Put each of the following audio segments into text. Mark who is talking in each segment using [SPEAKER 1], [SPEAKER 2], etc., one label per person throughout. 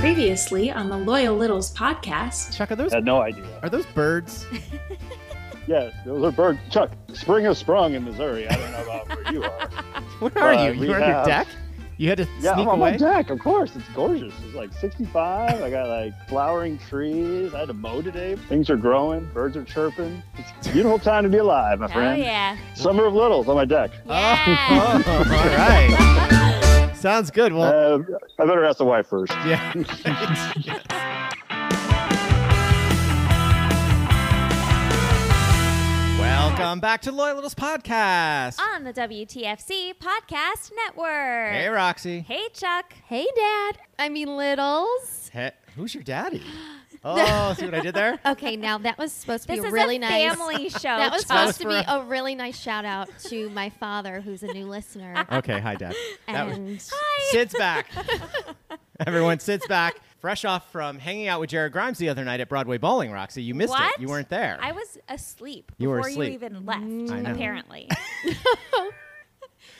[SPEAKER 1] Previously on the Loyal Littles podcast,
[SPEAKER 2] Chuck, are those
[SPEAKER 3] Had no idea.
[SPEAKER 2] are those birds?
[SPEAKER 3] Yes, those are birds. Chuck, spring has sprung in Missouri. I don't know about where you are.
[SPEAKER 2] Where are
[SPEAKER 3] Uh,
[SPEAKER 2] you?
[SPEAKER 3] we
[SPEAKER 2] You were on your
[SPEAKER 3] have-
[SPEAKER 2] deck. You had to
[SPEAKER 3] Yeah,
[SPEAKER 2] sneak
[SPEAKER 3] I'm on
[SPEAKER 2] away.
[SPEAKER 3] my deck. Of course, it's gorgeous. It's like 65. I got like flowering trees. I had to mow today. Things are growing. Birds are chirping. It's a beautiful time to be alive, my
[SPEAKER 4] Oh
[SPEAKER 3] friend.
[SPEAKER 4] yeah.
[SPEAKER 3] Summer of littles on my deck.
[SPEAKER 4] Yeah.
[SPEAKER 2] Oh, all right. Sounds good. Well,
[SPEAKER 3] Uh, I better ask the wife first.
[SPEAKER 2] yeah.
[SPEAKER 3] Uh,
[SPEAKER 2] Welcome back to Loyal Littles Podcast.
[SPEAKER 4] On the WTFC Podcast Network.
[SPEAKER 2] hey, Roxy.
[SPEAKER 4] Hey, Chuck.
[SPEAKER 5] Hey, Dad. I mean, littles.
[SPEAKER 2] Hey, who's your daddy? Oh, see what I did there?
[SPEAKER 5] Okay, now that was supposed to
[SPEAKER 4] This
[SPEAKER 5] be
[SPEAKER 4] is
[SPEAKER 5] really
[SPEAKER 4] a
[SPEAKER 5] nice.
[SPEAKER 4] family show.
[SPEAKER 5] That
[SPEAKER 2] That was
[SPEAKER 5] was
[SPEAKER 4] Chuck.
[SPEAKER 5] supposed to be
[SPEAKER 2] for-
[SPEAKER 5] a really nice shout out to my father, who's a new listener.
[SPEAKER 2] Okay, hi, Dad. That was-
[SPEAKER 5] and
[SPEAKER 2] Sid's back. Everyone, Sid's back. Fresh off from hanging out with Jared Grimes the other night at Broadway Bowling, Roxy. You missed
[SPEAKER 4] What?
[SPEAKER 2] it. You weren't there.
[SPEAKER 4] I was asleep
[SPEAKER 2] You were
[SPEAKER 4] before
[SPEAKER 2] asleep.
[SPEAKER 4] you even
[SPEAKER 5] Mm.
[SPEAKER 4] left.
[SPEAKER 2] I know.
[SPEAKER 4] Apparently,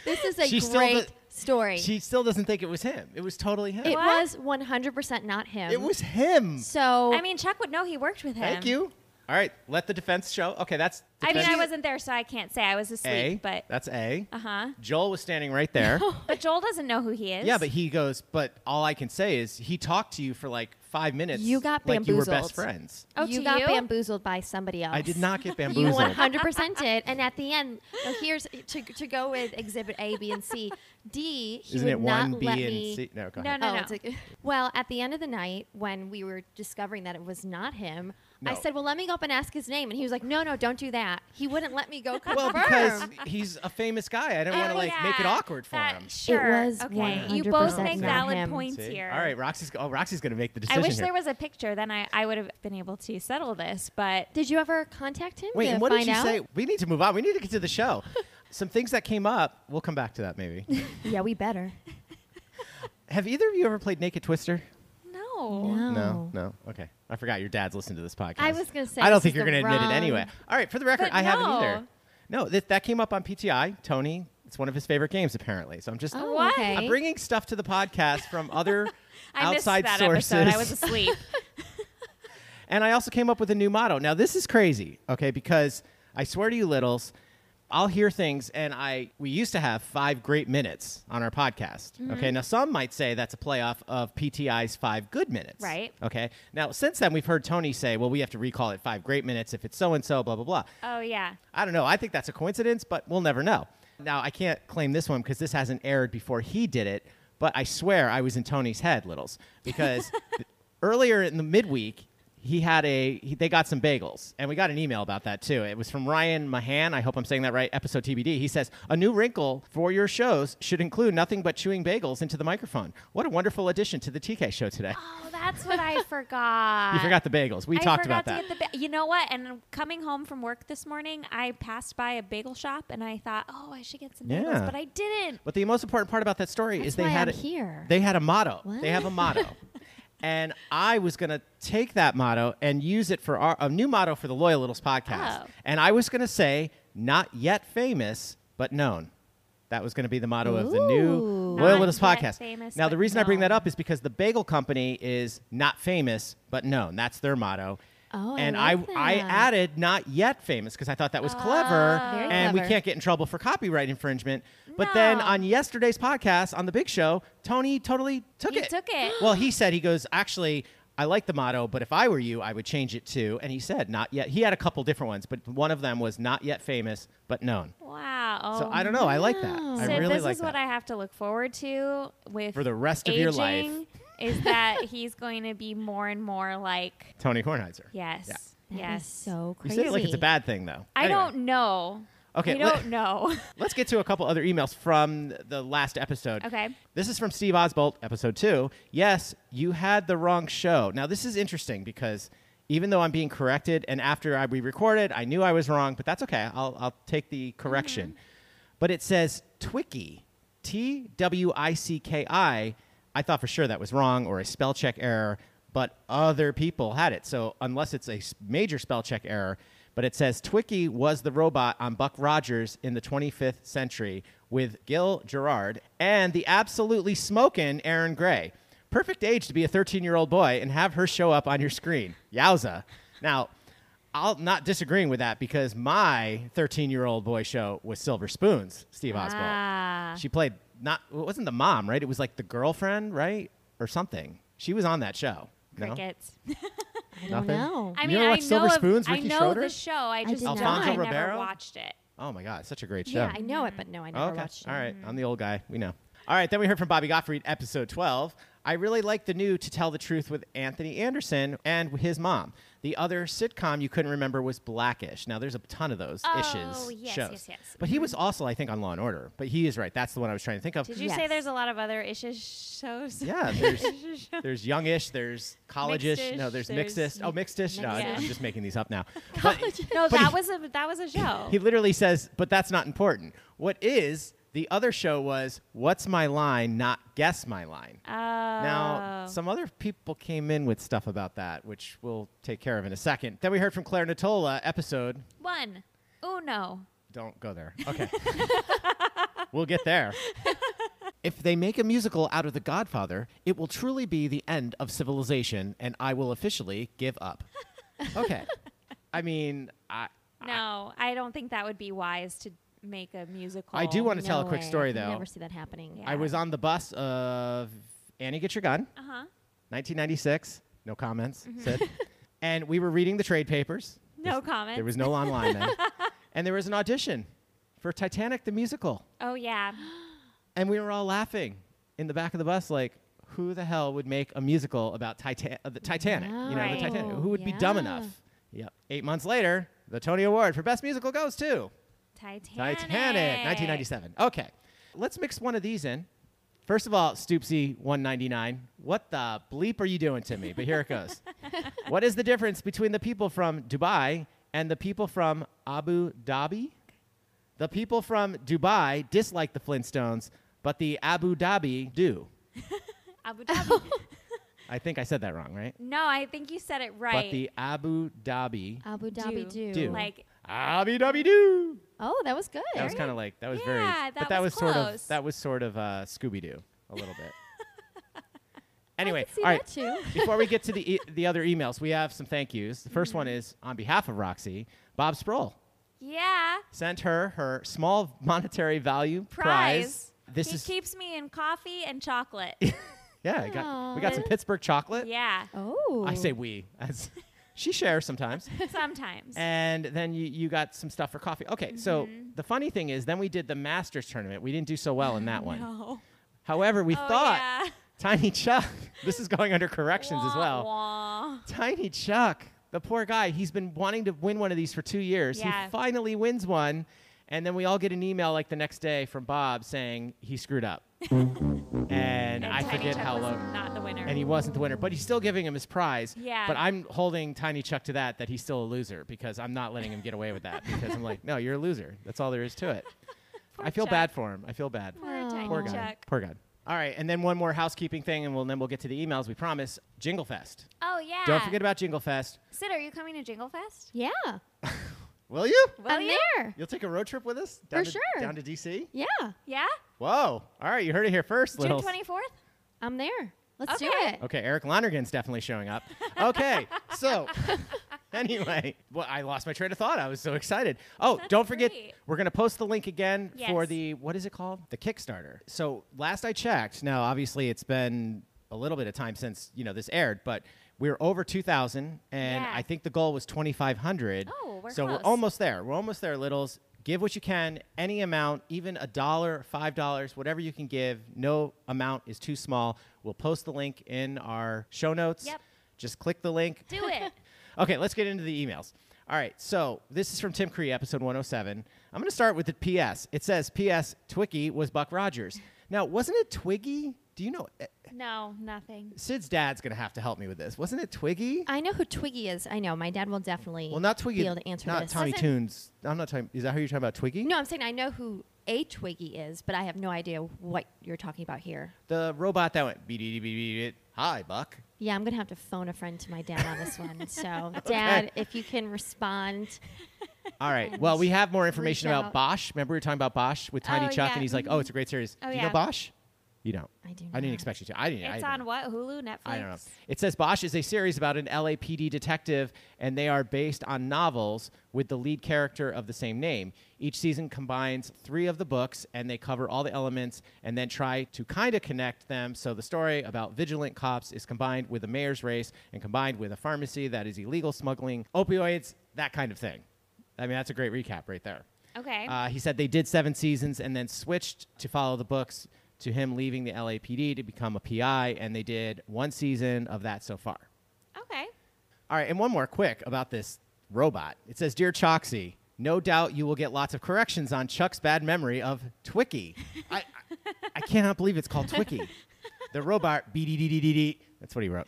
[SPEAKER 5] this is a
[SPEAKER 2] She still
[SPEAKER 5] great
[SPEAKER 2] do-
[SPEAKER 5] story.
[SPEAKER 2] she still doesn't think it was him. It was totally him.
[SPEAKER 5] it
[SPEAKER 4] What?
[SPEAKER 5] was 100% not him.
[SPEAKER 2] It was him.
[SPEAKER 5] So,
[SPEAKER 4] I mean, Chuck would know he worked with him.
[SPEAKER 2] Thank you. All right, let the defense show. Okay, that's.
[SPEAKER 4] I mean,
[SPEAKER 2] defense.
[SPEAKER 4] I wasn't there, so I can't say I was
[SPEAKER 2] A.
[SPEAKER 4] asleep. But
[SPEAKER 2] that's A.
[SPEAKER 4] uh huh.
[SPEAKER 2] Joel was standing right there.
[SPEAKER 4] But Joel doesn't know who he is.
[SPEAKER 2] yeah, but he goes. But all I can say is he talked to you for like five minutes.
[SPEAKER 5] You got
[SPEAKER 2] like you were best
[SPEAKER 5] bamboozled.
[SPEAKER 2] friends.
[SPEAKER 4] oh,
[SPEAKER 5] you
[SPEAKER 4] to
[SPEAKER 5] got
[SPEAKER 4] you?
[SPEAKER 5] bamboozled by somebody else.
[SPEAKER 2] I did not get
[SPEAKER 5] You
[SPEAKER 2] bamboozled.
[SPEAKER 5] 100% did. And at the end, now here's to, to go with exhibit A, B, and C. D, he
[SPEAKER 2] Isn't
[SPEAKER 5] would
[SPEAKER 2] it
[SPEAKER 5] not
[SPEAKER 2] one B
[SPEAKER 5] let
[SPEAKER 2] and
[SPEAKER 5] me-
[SPEAKER 2] C? No, go
[SPEAKER 4] No,
[SPEAKER 2] ahead.
[SPEAKER 4] no,
[SPEAKER 5] Oh,
[SPEAKER 4] no.
[SPEAKER 5] it's like- well, at the end of the night, when we were discovering that it was not him,
[SPEAKER 2] No.
[SPEAKER 5] I said, "Well, let me go up and ask his name," and he was like, "No, no, don't do that." He wouldn't let me go confirm.
[SPEAKER 2] Well, because he's a famous guy. I didn't
[SPEAKER 4] Oh,
[SPEAKER 2] want to like make it
[SPEAKER 4] yeah.
[SPEAKER 2] awkward for
[SPEAKER 4] That-
[SPEAKER 2] him.
[SPEAKER 4] Sure.
[SPEAKER 5] was
[SPEAKER 4] okay. You
[SPEAKER 5] 100%
[SPEAKER 4] both make
[SPEAKER 2] not
[SPEAKER 4] valid
[SPEAKER 5] him.
[SPEAKER 4] points
[SPEAKER 2] See?
[SPEAKER 4] here.
[SPEAKER 2] All right, Roxy's. Oh, Roxy's going to make the
[SPEAKER 4] I
[SPEAKER 2] decision
[SPEAKER 4] wish
[SPEAKER 2] here.
[SPEAKER 4] there was a picture. Then I, I would have been able to settle this. But
[SPEAKER 5] did you ever contact him?
[SPEAKER 2] Wait,
[SPEAKER 5] to
[SPEAKER 2] and what
[SPEAKER 5] find
[SPEAKER 2] did you
[SPEAKER 5] out?
[SPEAKER 2] say? We need to move on. We need to get to the show. Some things that came up. We'll come back to that maybe.
[SPEAKER 5] Yeah, we better.
[SPEAKER 2] Have either of you ever played Naked Twister?
[SPEAKER 4] no.
[SPEAKER 2] No, no. Okay, I forgot your dad's listened to this podcast.
[SPEAKER 5] I was gonna say,
[SPEAKER 2] I don't
[SPEAKER 5] this
[SPEAKER 2] think
[SPEAKER 5] is
[SPEAKER 2] you're
[SPEAKER 5] the
[SPEAKER 2] gonna admit it
[SPEAKER 5] wrong-
[SPEAKER 2] anyway. All right, for the record,
[SPEAKER 4] But
[SPEAKER 2] I haven't either.
[SPEAKER 4] no.
[SPEAKER 2] No, that that came up on PTI. Tony, it's one of his favorite games apparently. So I'm just
[SPEAKER 5] Oh,
[SPEAKER 4] What?
[SPEAKER 5] okay.
[SPEAKER 2] I'm bringing stuff to the podcast from other
[SPEAKER 4] I missed
[SPEAKER 2] outside
[SPEAKER 4] that
[SPEAKER 2] sources.
[SPEAKER 4] episode. I was asleep.
[SPEAKER 2] And I also came up with a new motto. Now this is crazy, okay? Because I swear to you, littles, I'll hear things, and I we used to have five great minutes on our podcast. Okay, now some might say that's a playoff of PTI's five good minutes.
[SPEAKER 4] Right.
[SPEAKER 2] Okay. Now since then we've heard Tony say, well, we have to recall it five great minutes if it's so and so, blah blah blah.
[SPEAKER 4] oh yeah.
[SPEAKER 2] I don't know. I think that's a coincidence, but we'll never know. Now, I can't claim this one because this hasn't aired before he did it, but I swear I was in Tony's head, Littles, because th- earlier in the midweek, he had a he, they got some bagels and we got an email about that too it was from ryan mahan i hope i'm saying that right episode tbd he says a new wrinkle for your shows should include nothing but chewing bagels into the microphone what a wonderful addition to the tk show today
[SPEAKER 4] Oh, that's what I forgot.
[SPEAKER 2] you forgot the bagels we
[SPEAKER 4] I
[SPEAKER 2] talked
[SPEAKER 4] forgot
[SPEAKER 2] about that
[SPEAKER 4] To get the ba- you know what? And coming home from work this morning, I passed by a bagel shop and I thought, oh, I should get some bagels,
[SPEAKER 2] Yeah.
[SPEAKER 4] but I didn't.
[SPEAKER 2] But the most important part about that story
[SPEAKER 5] That's
[SPEAKER 2] is they
[SPEAKER 5] why
[SPEAKER 2] had
[SPEAKER 5] I'm
[SPEAKER 2] a,
[SPEAKER 5] here.
[SPEAKER 2] They had a motto.
[SPEAKER 5] What?
[SPEAKER 2] They have a motto, and I was gonna take that motto and use it for our a new motto for the Loyal Littles podcast.
[SPEAKER 4] Oh.
[SPEAKER 2] And I was gonna say, not yet famous, but known. That was going to be the motto of the new
[SPEAKER 5] Ooh.
[SPEAKER 2] Loyal
[SPEAKER 4] Not
[SPEAKER 2] Littles
[SPEAKER 4] yet
[SPEAKER 2] podcast.
[SPEAKER 4] famous,
[SPEAKER 2] now, the
[SPEAKER 4] but
[SPEAKER 2] reason I bring that
[SPEAKER 4] known.
[SPEAKER 2] up is because the bagel company is not famous but known. That's their motto.
[SPEAKER 5] Oh, I
[SPEAKER 2] and
[SPEAKER 5] like
[SPEAKER 2] I,
[SPEAKER 5] that. Oh,
[SPEAKER 2] added not yet famous because I thought that was clever,
[SPEAKER 5] Very
[SPEAKER 2] and we
[SPEAKER 5] clever.
[SPEAKER 2] can't get in trouble for copyright infringement. But then
[SPEAKER 4] No.
[SPEAKER 2] on yesterday's podcast on the Big Show, Tony totally took
[SPEAKER 4] He
[SPEAKER 2] it.
[SPEAKER 4] took it.
[SPEAKER 2] Well, he said he goes actually. I like the motto, but if I were you, I would change it too. And he said, not yet. He had a couple different ones, but one of them was not yet famous, but known.
[SPEAKER 4] Wow.
[SPEAKER 2] So I don't know. I like that. I
[SPEAKER 4] Sid,
[SPEAKER 2] really
[SPEAKER 4] Oh, this
[SPEAKER 2] like
[SPEAKER 4] is
[SPEAKER 2] that.
[SPEAKER 4] what I have to look forward to with
[SPEAKER 2] For the rest of your life.
[SPEAKER 4] aging, Is that he's going to be more and more like
[SPEAKER 2] Tony Hornheiser.
[SPEAKER 4] yes,
[SPEAKER 2] Yeah.
[SPEAKER 5] That is
[SPEAKER 4] yes.
[SPEAKER 5] so
[SPEAKER 2] You
[SPEAKER 5] crazy.
[SPEAKER 2] say it like it's a bad thing, though.
[SPEAKER 4] I
[SPEAKER 2] Anyway,
[SPEAKER 4] don't know.
[SPEAKER 2] Okay,
[SPEAKER 4] we
[SPEAKER 2] let-
[SPEAKER 4] don't know.
[SPEAKER 2] Let's get to a couple other emails from the last episode.
[SPEAKER 4] Okay.
[SPEAKER 2] This is from Steve Osbolt, episode two. Yes, you had the wrong show. Now, this is interesting because even though I'm being corrected, and after I, we recorded, I knew I was wrong, but that's okay. I'll, I'll take the correction. But it says Twicky, T W I C K I. I thought for sure that was wrong or a spell check error, but other people had it. So, unless it's a s- major spell check error, but it says Twicky was the robot on Buck Rogers in the 25th century with Gil Gerard and the absolutely smoking Aaron Gray. Perfect age to be a 13 year old boy and have her show up on your screen. Yowza. Now, I'm not disagreeing with that because my 13 year old boy show was Silver Spoons, Steve Oswald.
[SPEAKER 4] Ah.
[SPEAKER 2] She played not, well, it wasn't the mom, right? It was like the girlfriend, right? Or something. She was on that show. No?
[SPEAKER 4] Crickets.
[SPEAKER 2] Nothing?
[SPEAKER 5] No.
[SPEAKER 4] I
[SPEAKER 2] You
[SPEAKER 4] mean,
[SPEAKER 2] never
[SPEAKER 4] I
[SPEAKER 2] watched
[SPEAKER 4] know
[SPEAKER 2] Silver
[SPEAKER 4] of,
[SPEAKER 2] Spoons,
[SPEAKER 4] I
[SPEAKER 2] Ricky
[SPEAKER 4] know
[SPEAKER 2] Schroeder?
[SPEAKER 4] the show. I just
[SPEAKER 5] did
[SPEAKER 4] know
[SPEAKER 5] not.
[SPEAKER 4] I never
[SPEAKER 2] Alfonso
[SPEAKER 4] watched it.
[SPEAKER 2] Oh my God, such a great show.
[SPEAKER 5] Yeah, I know it, but no, I never
[SPEAKER 2] okay.
[SPEAKER 5] watched it.
[SPEAKER 2] All right.
[SPEAKER 4] Mm-hmm.
[SPEAKER 2] I'm the old guy. We know. All right. Then we heard from Bobby Gottfried, episode 12. I really like the new To Tell the Truth with Anthony Anderson and his mom. The other sitcom you couldn't remember was Blackish. Now, there's a ton of those
[SPEAKER 4] Oh,
[SPEAKER 2] ishes
[SPEAKER 4] yes,
[SPEAKER 2] shows.
[SPEAKER 4] yes, yes.
[SPEAKER 2] But he was also, I think, on Law and Order. But he is right. That's the one I was trying to think of.
[SPEAKER 4] Did you say
[SPEAKER 5] Yes.
[SPEAKER 4] there's a lot of other ishes shows?
[SPEAKER 2] Yeah, there's there's youngish, there's college-ish,
[SPEAKER 4] Mixed-ish,
[SPEAKER 2] no, there's,
[SPEAKER 4] there's
[SPEAKER 2] mixedish. Oh, mixedish. No, I-
[SPEAKER 4] mixed-
[SPEAKER 2] I'm
[SPEAKER 4] yeah.
[SPEAKER 2] just making these up now. But-
[SPEAKER 4] no,
[SPEAKER 2] But
[SPEAKER 4] that
[SPEAKER 2] he-
[SPEAKER 4] was a that was a show.
[SPEAKER 2] He literally says, but that's not important. What is the other show was What's My Line, Not Guess My Line.
[SPEAKER 4] oh. Uh,
[SPEAKER 2] Now, some other people came in with stuff about that, which we'll take care of in a second. Then we heard from Claire Natola, episode.
[SPEAKER 4] one. Uno.
[SPEAKER 2] Don't go there. Okay. we'll get there. If they make a musical out of The Godfather, it will truly be the end of civilization, and I will officially give up. Okay. I mean, I,
[SPEAKER 4] No, I don't think that would be wise to make a musical.
[SPEAKER 2] I do want to tell a
[SPEAKER 5] No
[SPEAKER 2] quick
[SPEAKER 5] way.
[SPEAKER 2] story,
[SPEAKER 5] I can
[SPEAKER 2] though.
[SPEAKER 5] Never see that happening.
[SPEAKER 4] Yeah.
[SPEAKER 2] I was on the bus of Annie Get Your Gun,
[SPEAKER 4] Uh huh.
[SPEAKER 2] 1996. No comments, Sid. And we were reading the trade papers.
[SPEAKER 4] No comment.
[SPEAKER 2] There was no online then. and there was an audition for Titanic the musical.
[SPEAKER 4] oh yeah.
[SPEAKER 2] And we were all laughing in the back of the bus, like, who the hell would make a musical about Titan- uh, the Titanic? You know,
[SPEAKER 4] Right.
[SPEAKER 2] the Titanic. Who would be dumb
[SPEAKER 5] Yeah.
[SPEAKER 2] enough? Yep. Eight months later, the Tony Award for Best Musical goes to
[SPEAKER 4] Titanic.
[SPEAKER 2] Titanic, 1997. Okay. Let's mix one of these in. First of all, Stoopsy 199. What the bleep are you doing to me? But here it goes. what is the difference between the people from Dubai and the people from Abu Dhabi? The people from Dubai dislike the Flintstones, but the Abu Dhabi do.
[SPEAKER 4] Abu Dhabi.
[SPEAKER 2] I think I said that wrong, right?
[SPEAKER 4] Uh, no, I think you said it right.
[SPEAKER 2] But the Abu Dhabi
[SPEAKER 5] Abu Dhabi do.
[SPEAKER 2] Do.
[SPEAKER 4] Like
[SPEAKER 2] Abu Dhabi do.
[SPEAKER 5] Oh, that was good.
[SPEAKER 2] That was kind of like that was very,
[SPEAKER 4] Yeah,
[SPEAKER 2] but
[SPEAKER 4] that
[SPEAKER 2] that was,
[SPEAKER 4] was
[SPEAKER 2] sort of
[SPEAKER 4] close.
[SPEAKER 2] that was sort of uh, Scooby Doo a little bit. anyway,
[SPEAKER 5] See
[SPEAKER 2] all right.
[SPEAKER 5] that too.
[SPEAKER 2] Before we get to the e- the other emails, we have some thank yous. The 1st one is on behalf of Roxy. Bob Sproul
[SPEAKER 4] yeah.
[SPEAKER 2] sent her her small monetary value prize.
[SPEAKER 4] Prize.
[SPEAKER 2] This
[SPEAKER 4] he
[SPEAKER 2] is
[SPEAKER 4] keeps me in coffee and chocolate.
[SPEAKER 2] yeah. I got, we got some
[SPEAKER 5] Aw.
[SPEAKER 2] Pittsburgh chocolate.
[SPEAKER 4] yeah.
[SPEAKER 5] Oh.
[SPEAKER 2] I say we. As she shares sometimes.
[SPEAKER 4] Sometimes.
[SPEAKER 2] and then you, you got some stuff for coffee. Okay, so
[SPEAKER 4] Mm-hmm.
[SPEAKER 2] the funny thing is, then we did the Masters tournament. We didn't do so well in that one.
[SPEAKER 4] no.
[SPEAKER 2] However, we
[SPEAKER 4] oh,
[SPEAKER 2] thought
[SPEAKER 4] yeah.
[SPEAKER 2] Tiny Chuck, this is going under corrections as
[SPEAKER 4] Wah,
[SPEAKER 2] well.
[SPEAKER 4] wah.
[SPEAKER 2] Tiny Chuck, the poor guy, he's been wanting to win one of these for two years.
[SPEAKER 4] Yeah.
[SPEAKER 2] He finally wins one. And then we all get an email like the next day from Bob saying he screwed up. and, I
[SPEAKER 4] Tiny
[SPEAKER 2] forget
[SPEAKER 4] Chuck
[SPEAKER 2] how
[SPEAKER 4] was
[SPEAKER 2] long.
[SPEAKER 4] Not the winner.
[SPEAKER 2] And he wasn't the winner, but he's still giving him his prize.
[SPEAKER 4] Yeah.
[SPEAKER 2] But I'm holding Tiny Chuck to that, that he's still a loser because I'm not letting him get away with that because I'm like, no, you're a loser. That's all there is to it. I feel
[SPEAKER 4] Chuck.
[SPEAKER 2] bad for him. I feel bad.
[SPEAKER 4] Poor
[SPEAKER 5] Aw.
[SPEAKER 4] Tiny
[SPEAKER 2] Poor
[SPEAKER 4] Chuck.
[SPEAKER 2] guy. Poor guy. All right, and then one more housekeeping thing, and we'll, then we'll get to the emails. We promise. Jingle Fest.
[SPEAKER 4] Oh yeah.
[SPEAKER 2] Don't forget about Jingle Fest.
[SPEAKER 4] Sid, are you coming to Jingle Fest?
[SPEAKER 5] Yeah.
[SPEAKER 2] Will you?
[SPEAKER 4] Will
[SPEAKER 5] I'm
[SPEAKER 4] you?
[SPEAKER 5] there.
[SPEAKER 2] You'll take a road trip with us
[SPEAKER 5] For
[SPEAKER 2] to,
[SPEAKER 5] sure.
[SPEAKER 2] Down to DC.
[SPEAKER 5] Yeah.
[SPEAKER 4] Yeah.
[SPEAKER 2] Whoa! All right, you heard it here first,
[SPEAKER 4] June
[SPEAKER 2] littles.
[SPEAKER 4] twenty fourth.
[SPEAKER 5] I'm there. Let's do
[SPEAKER 4] Okay.
[SPEAKER 5] it.
[SPEAKER 2] Okay, Eric Lonergan's definitely showing up. Okay, so anyway, well, I lost my train of thought. I was so excited. Oh,
[SPEAKER 4] That's
[SPEAKER 2] don't forget,
[SPEAKER 4] great.
[SPEAKER 2] we're gonna post the link again for
[SPEAKER 4] Yes.
[SPEAKER 2] the what is it called? The Kickstarter. So last I checked, now obviously it's been a little bit of time since you know this aired, but we're over 2,000, and
[SPEAKER 4] Yeah.
[SPEAKER 2] I think the goal was 2,500.
[SPEAKER 4] Oh, we're
[SPEAKER 2] so we're
[SPEAKER 4] close.
[SPEAKER 2] almost there. We're almost there, littles. Give what you can, any amount, even a dollar, five dollars, whatever you can give. No amount is too small. We'll post the link in our show notes.
[SPEAKER 4] Yep.
[SPEAKER 2] Just click the link.
[SPEAKER 4] Do it.
[SPEAKER 2] Okay, let's get into the emails. All right, so this is from Tim Cree, episode 107. I'm going to start with the PS. It says, PS, Twiggy was Buck Rogers. Now, wasn't it Twiggy? Do you know? eh,
[SPEAKER 4] no, nothing.
[SPEAKER 2] Sid's dad's going to have to help me with this. Wasn't it Twiggy?
[SPEAKER 5] I know who Twiggy is. I know. My dad will definitely
[SPEAKER 2] well, not Twiggy.
[SPEAKER 5] be able to answer
[SPEAKER 2] not
[SPEAKER 5] this.
[SPEAKER 2] Tiny
[SPEAKER 4] Wasn't-
[SPEAKER 2] Toons. I'm not talking. Is that who you're talking about? Twiggy?
[SPEAKER 5] No, I'm saying I know who a Twiggy is, but I have no idea what you're talking about here.
[SPEAKER 2] The robot that went, beep, beep, beep, beep, hi, Buck.
[SPEAKER 5] Yeah, I'm gonna have to phone a friend to my dad on this one. So, Dad, if you can respond,
[SPEAKER 2] All right.
[SPEAKER 5] And
[SPEAKER 2] Well, we have more information
[SPEAKER 5] reach
[SPEAKER 2] about
[SPEAKER 5] out.
[SPEAKER 2] Bosch. Remember we were talking about Bosch with Tiny
[SPEAKER 4] Oh,
[SPEAKER 2] Chuck,
[SPEAKER 4] yeah,
[SPEAKER 2] and he's like, "Oh, it's a great series."
[SPEAKER 4] Oh,
[SPEAKER 2] Do you
[SPEAKER 4] yeah.
[SPEAKER 2] know Bosch? You don't.
[SPEAKER 5] I do
[SPEAKER 2] I didn't
[SPEAKER 5] not.
[SPEAKER 2] expect you to. I didn't.
[SPEAKER 4] It's
[SPEAKER 2] I
[SPEAKER 4] on
[SPEAKER 2] didn't.
[SPEAKER 4] what? Hulu, Netflix.
[SPEAKER 2] I don't know. It says Bosch is a series about an LAPD detective, and they are based on novels with the lead character of the same name. Each season combines three of the books, and they cover all the elements and then try to kind of connect them. So the story about vigilant cops is combined with a mayor's race and combined with a pharmacy that is illegal smuggling opioids, that kind of thing. I mean, that's a great recap right there.
[SPEAKER 4] Okay.
[SPEAKER 2] Uh, he said they did seven seasons and then switched to follow the books to him leaving the LAPD to become a PI, and they did one season of that so far.
[SPEAKER 4] okay.
[SPEAKER 2] All right, and one more quick about this robot. It says, "Dear Choxy, no doubt you will get lots of corrections on Chuck's bad memory of Twicky. I, I, I cannot believe it's called Twicky. The robot, BDDDDD. That's what he wrote.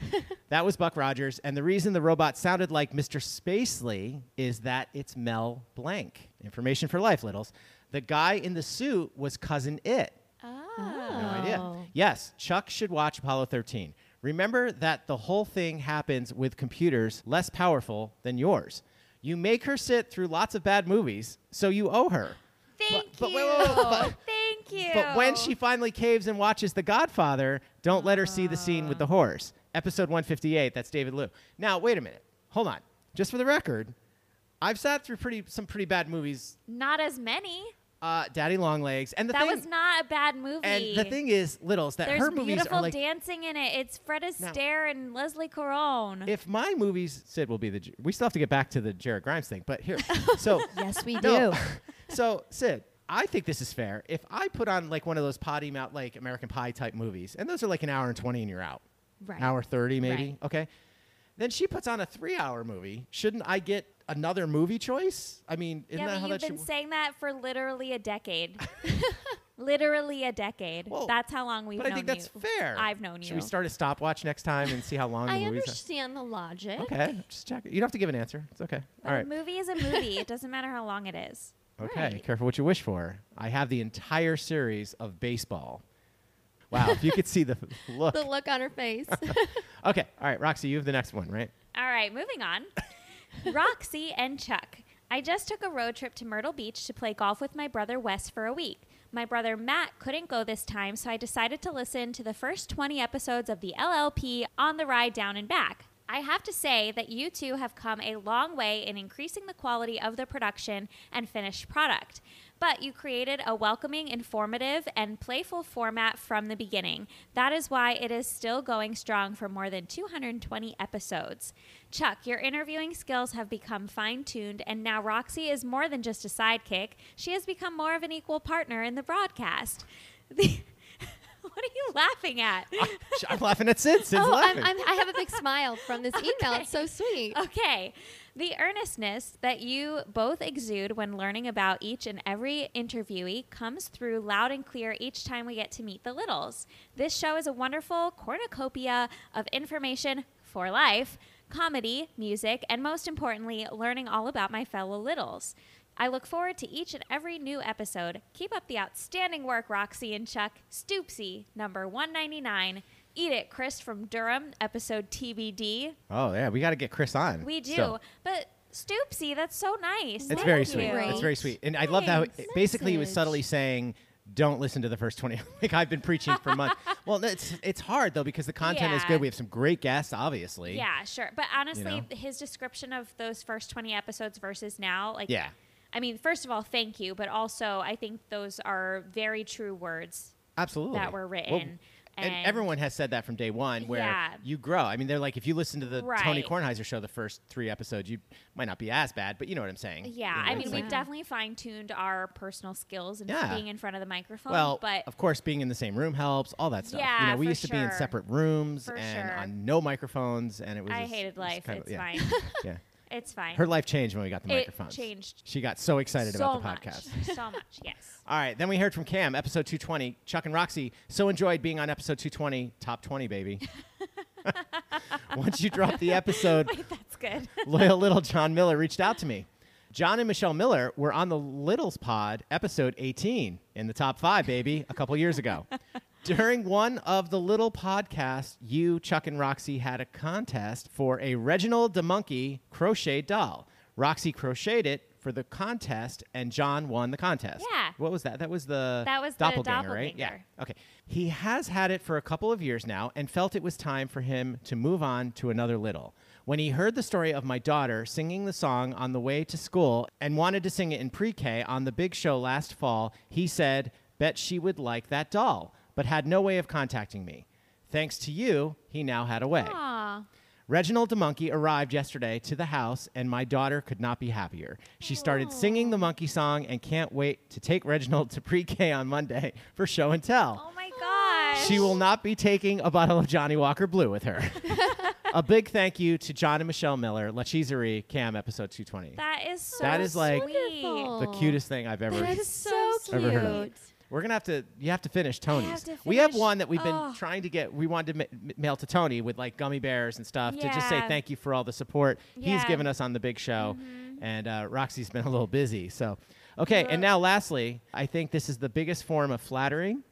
[SPEAKER 2] That was Buck Rogers, and the reason the robot sounded like Mr. Spacely is that it's Mel Blank. Information for life, Littles. The guy in the suit was cousin It.
[SPEAKER 4] Oh.
[SPEAKER 2] No idea.
[SPEAKER 5] Oh.
[SPEAKER 2] Yes, Chuck should watch Apollo 13. Remember that the whole thing happens with computers less powerful than yours. You make her sit through lots of bad movies, so you owe her.
[SPEAKER 4] Thank
[SPEAKER 2] but
[SPEAKER 4] you.
[SPEAKER 2] wait, wait, wait, but-
[SPEAKER 4] Thank you.
[SPEAKER 2] But when she finally caves and watches The Godfather, don't let her see the scene
[SPEAKER 4] Ah.
[SPEAKER 2] with the horse. Episode 158, that's David Liu. Now, wait a minute. Hold on. Just for the record, I've sat through pretty some pretty bad movies.
[SPEAKER 4] Not as many.
[SPEAKER 2] Uh, Daddy Longlegs and the
[SPEAKER 4] that
[SPEAKER 2] thing
[SPEAKER 4] was not a bad movie.
[SPEAKER 2] and the thing is, Littles, that
[SPEAKER 4] There's
[SPEAKER 2] her movies
[SPEAKER 4] beautiful
[SPEAKER 2] are like
[SPEAKER 4] dancing in it. It's Fred
[SPEAKER 2] Now-
[SPEAKER 4] Astaire and Leslie Caron.
[SPEAKER 2] if my movies Sid will be the we still have to get back to the Jared Grimes thing, but here so
[SPEAKER 5] Yes, we
[SPEAKER 2] no.
[SPEAKER 5] do.
[SPEAKER 2] so Sid, I think this is fair. If I put on like one of those potty mouth like American Pie type movies, and those are like an hour and twenty and you're out.
[SPEAKER 5] Right.
[SPEAKER 2] Hour thirty maybe.
[SPEAKER 5] Right.
[SPEAKER 2] Okay. Then she puts on a three hour movie. Shouldn't I get another movie choice? I mean, isn't
[SPEAKER 4] yeah,
[SPEAKER 2] that
[SPEAKER 4] but
[SPEAKER 2] how
[SPEAKER 4] you've
[SPEAKER 2] that
[SPEAKER 4] been
[SPEAKER 2] should
[SPEAKER 4] saying that for literally a decade. literally a decade.
[SPEAKER 2] Well,
[SPEAKER 4] that's how long we've
[SPEAKER 2] But I
[SPEAKER 4] known
[SPEAKER 2] think that's
[SPEAKER 4] you.
[SPEAKER 2] fair.
[SPEAKER 4] I've known
[SPEAKER 2] Should
[SPEAKER 4] you.
[SPEAKER 2] we start a stopwatch next time and see how long
[SPEAKER 5] I
[SPEAKER 2] the movies are?
[SPEAKER 5] understand the logic.
[SPEAKER 2] Okay, just check. it. You don't have to give an answer. It's okay.
[SPEAKER 4] But
[SPEAKER 2] All right.
[SPEAKER 4] A movie is a movie. it doesn't matter how long it is.
[SPEAKER 2] Okay,
[SPEAKER 5] Right.
[SPEAKER 2] careful what you wish for. I have the entire series of baseball. Wow, if you could see the look.
[SPEAKER 5] The look on her face.
[SPEAKER 2] okay, all right, Roxy, you have the next one, right?
[SPEAKER 4] All right, moving on. Roxy and Chuck. I just took a road trip to Myrtle Beach to play golf with my brother Wes for a week. My brother Matt couldn't go this time, so I decided to listen to the first 20 episodes of the LLP on the ride down and back. I have to say that you two have come a long way in increasing the quality of the production and finished product. But you created a welcoming, informative, and playful format from the beginning. That is why it is still going strong for more than 220 episodes. Chuck, your interviewing skills have become fine tuned, and now Roxy is more than just a sidekick. She has become more of an equal partner in the broadcast. The- what are you laughing at?
[SPEAKER 2] Ah, Sh- I'm laughing at Sid. Sid's
[SPEAKER 5] oh, I'm,
[SPEAKER 2] laughing.
[SPEAKER 5] I'm, I have a big smile from this email. It's so sweet.
[SPEAKER 4] Okay. The earnestness that you both exude when learning about each and every interviewee comes through loud and clear each time we get to meet the littles. This show is a wonderful cornucopia of information for life, comedy, music, and most importantly, learning all about my fellow littles. I look forward to each and every new episode. Keep up the outstanding work, Roxy and Chuck. Stoopsy, number 199. Eat it, Chris from Durham, episode TBD,
[SPEAKER 2] oh, yeah, we got to get Chris on.
[SPEAKER 4] we do.
[SPEAKER 2] So,
[SPEAKER 4] But Stoopsy, that's so nice.
[SPEAKER 2] it's
[SPEAKER 5] Thank
[SPEAKER 2] very
[SPEAKER 5] you.
[SPEAKER 2] sweet. It's
[SPEAKER 5] Great
[SPEAKER 2] very sweet. And I love how it,
[SPEAKER 5] Thanks.
[SPEAKER 2] basically he was
[SPEAKER 5] Message.
[SPEAKER 2] subtly saying, don't listen to the first 20. like I've been preaching for months. well, no, it's, it's hard, though, because the content is
[SPEAKER 4] Yeah.
[SPEAKER 2] good. We have some great guests, obviously.
[SPEAKER 4] Yeah, sure. But honestly,
[SPEAKER 2] know?
[SPEAKER 4] his description of those first 20 episodes versus now, like,
[SPEAKER 2] Yeah.
[SPEAKER 4] I mean, first of all, thank you. But also, I think those are very true words
[SPEAKER 2] Absolutely.
[SPEAKER 4] that were
[SPEAKER 2] Well,
[SPEAKER 4] written.
[SPEAKER 2] and, everyone has said that from day one where
[SPEAKER 4] Yeah.
[SPEAKER 2] you grow i mean they're like if you listen to the tony
[SPEAKER 4] Right.
[SPEAKER 2] kornheiser show the first three episodes you might not be as bad but you know what i'm saying
[SPEAKER 4] Yeah,
[SPEAKER 2] You know,
[SPEAKER 4] I mean,
[SPEAKER 2] it's
[SPEAKER 4] we've
[SPEAKER 5] like-
[SPEAKER 4] definitely fine tuned our personal skills and
[SPEAKER 2] Yeah.
[SPEAKER 4] being in front of the microphone.
[SPEAKER 2] well
[SPEAKER 4] but
[SPEAKER 2] of course being in the same room helps all that stuff you
[SPEAKER 4] Yeah,
[SPEAKER 2] know we
[SPEAKER 4] for
[SPEAKER 2] used to be in
[SPEAKER 4] sure.
[SPEAKER 2] separate rooms
[SPEAKER 4] For
[SPEAKER 2] and
[SPEAKER 4] sure.
[SPEAKER 2] on no microphones and it was
[SPEAKER 4] I
[SPEAKER 2] just-
[SPEAKER 4] hated
[SPEAKER 2] just
[SPEAKER 4] life.
[SPEAKER 2] kind of-
[SPEAKER 4] it's
[SPEAKER 2] yeah,
[SPEAKER 4] fine.
[SPEAKER 2] yeah
[SPEAKER 4] it's fine.
[SPEAKER 2] her life changed when we got the
[SPEAKER 4] It
[SPEAKER 2] microphones
[SPEAKER 4] changed
[SPEAKER 2] she got so excited about
[SPEAKER 4] so
[SPEAKER 2] the
[SPEAKER 4] much.
[SPEAKER 2] podcast
[SPEAKER 4] So much, yes.
[SPEAKER 2] All right, then we heard from Cam, episode 220. Chuck and Roxy so enjoyed being on episode 220, top 20, baby. Once you dropped the episode,
[SPEAKER 4] Wait, that's good.
[SPEAKER 2] loyal little John Miller reached out to me. John and Michelle Miller were on the Littles Pod, episode 18, in the top five, baby, a couple years ago. During one of the Little podcasts, you, Chuck, and Roxy had a contest for a Reginald DeMonkey crochet doll. Roxy crocheted it for the contest, and John won the contest.
[SPEAKER 4] Yeah.
[SPEAKER 2] What was that? That was the
[SPEAKER 4] That was the
[SPEAKER 2] doppelganger, right? Yeah.
[SPEAKER 4] doppelganger.
[SPEAKER 2] Okay. He has had it for a couple of years now and felt it was time for him to move on to another little. When he heard the story of my daughter singing the song on the way to school and wanted to sing it in pre K on the big show last fall, he said, Bet she would like that doll, but had no way of contacting me. Thanks to you, he now had a way.
[SPEAKER 4] Aw.
[SPEAKER 2] Reginald the monkey arrived yesterday to the house, and my daughter could not be happier. She started singing the monkey song and can't wait to take Reginald to pre K on Monday for show and tell.
[SPEAKER 4] Oh my gosh.
[SPEAKER 2] She will not be taking a bottle of Johnny Walker Blue with her. a big thank you to John and Michelle Miller, La Cheeserie, Cam, episode 220.
[SPEAKER 4] That is so
[SPEAKER 2] That is, like,
[SPEAKER 4] sweet.
[SPEAKER 5] Wonderful.
[SPEAKER 2] the cutest thing I've ever
[SPEAKER 5] That is so
[SPEAKER 4] so
[SPEAKER 5] cute.
[SPEAKER 2] Ever heard of. We're gonna have to. You have to finish Tony's.
[SPEAKER 4] have to
[SPEAKER 2] We have
[SPEAKER 4] finish-
[SPEAKER 2] one that we've been
[SPEAKER 4] oh.
[SPEAKER 2] trying to get. We wanted to ma- ma- mail to Tony with like gummy bears and stuff to just say
[SPEAKER 4] Yeah.
[SPEAKER 2] thank you for all the support he's
[SPEAKER 4] Yeah. Mm-hmm.
[SPEAKER 2] given us on the big show, and uh, Roxy's been a little busy. So, okay. And now, lastly, I think this is the biggest form of flattering.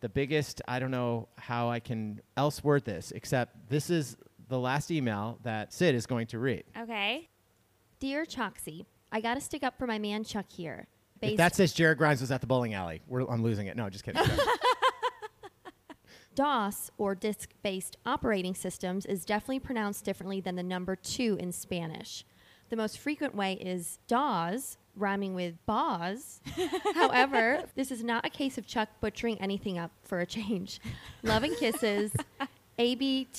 [SPEAKER 2] The biggest. I don't know how I can else word this, except this is the last email that Sid is going to read.
[SPEAKER 4] Okay.
[SPEAKER 5] Dear Choxy, I got to stick up for my man Chuck here.
[SPEAKER 2] If that says Jared Grimes was at the bowling alley, we're, I'm losing it. No, just kidding.
[SPEAKER 5] DOS or disk based operating systems is definitely pronounced differently than the number two in Spanish. The most frequent way is DOS, rhyming with BOS. However, this is not a case of Chuck butchering anything up for a change. Love and kisses,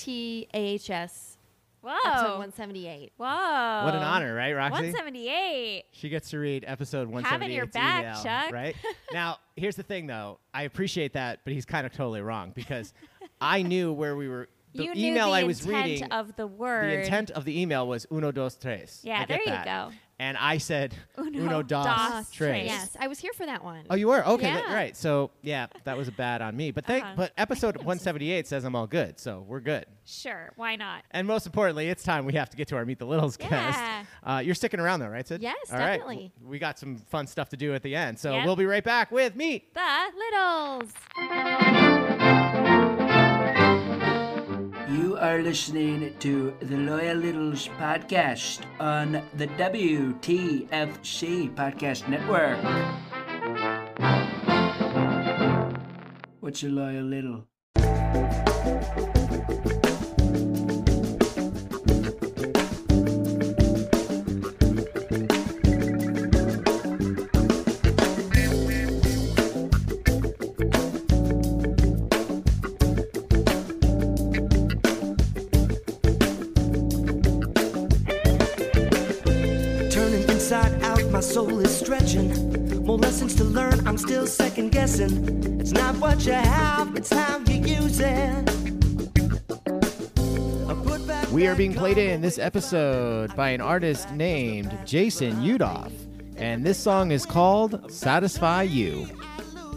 [SPEAKER 5] ABTAHS,
[SPEAKER 4] Whoa.
[SPEAKER 5] episode 178.
[SPEAKER 4] Whoa.
[SPEAKER 2] what an honor, right, Roxy?
[SPEAKER 4] 178.
[SPEAKER 2] She gets to read episode one.
[SPEAKER 4] Having your back, Chuck.
[SPEAKER 2] Right now, here's the thing, though. I appreciate that, but he's kind of totally wrong because I knew where we were. The
[SPEAKER 4] you
[SPEAKER 2] email
[SPEAKER 4] knew the
[SPEAKER 2] I was
[SPEAKER 4] intent
[SPEAKER 2] reading,
[SPEAKER 4] of the word.
[SPEAKER 2] the intent of the email was uno dos tres.
[SPEAKER 4] Yeah,
[SPEAKER 2] I get
[SPEAKER 4] there you
[SPEAKER 2] that.
[SPEAKER 4] go.
[SPEAKER 2] And I said uno,
[SPEAKER 4] Uno
[SPEAKER 2] dos,
[SPEAKER 4] dos
[SPEAKER 2] tres.
[SPEAKER 4] tres.
[SPEAKER 5] Yes, I was here for that one.
[SPEAKER 2] Oh, you were okay. that-
[SPEAKER 5] Yeah.
[SPEAKER 2] right. So yeah, that was a bad on me. But thank.
[SPEAKER 4] Uh-huh.
[SPEAKER 2] But episode 178 says I'm all good, so we're good.
[SPEAKER 4] Sure. Why not?
[SPEAKER 2] And most importantly, it's time we have to get to our Meet the Littles
[SPEAKER 4] Yeah.
[SPEAKER 2] cast. Uh, you're sticking around though, right, Sid?
[SPEAKER 5] Yes,
[SPEAKER 2] All right.
[SPEAKER 5] definitely.
[SPEAKER 2] W- We got some fun stuff to do at the end, so
[SPEAKER 4] Yep.
[SPEAKER 2] we'll be right back with Meet.
[SPEAKER 4] The
[SPEAKER 5] Littles.
[SPEAKER 6] You are listening to the Loyal Littles podcast on the WTFC Podcast Network. What's a Loyal Little?
[SPEAKER 7] Turning inside out, my soul is stretching. More lessons to learn, I'm still second guessing. It's not what you have, it's how you use it. I put back
[SPEAKER 2] We are
[SPEAKER 7] that
[SPEAKER 2] being played
[SPEAKER 7] glove
[SPEAKER 2] in this
[SPEAKER 7] away from
[SPEAKER 2] episode
[SPEAKER 7] it.
[SPEAKER 2] by
[SPEAKER 7] I
[SPEAKER 2] an
[SPEAKER 7] put
[SPEAKER 2] artist
[SPEAKER 7] back
[SPEAKER 2] named
[SPEAKER 7] the
[SPEAKER 2] Jason
[SPEAKER 7] past
[SPEAKER 2] Udoff, and this song is called "Satisfy You."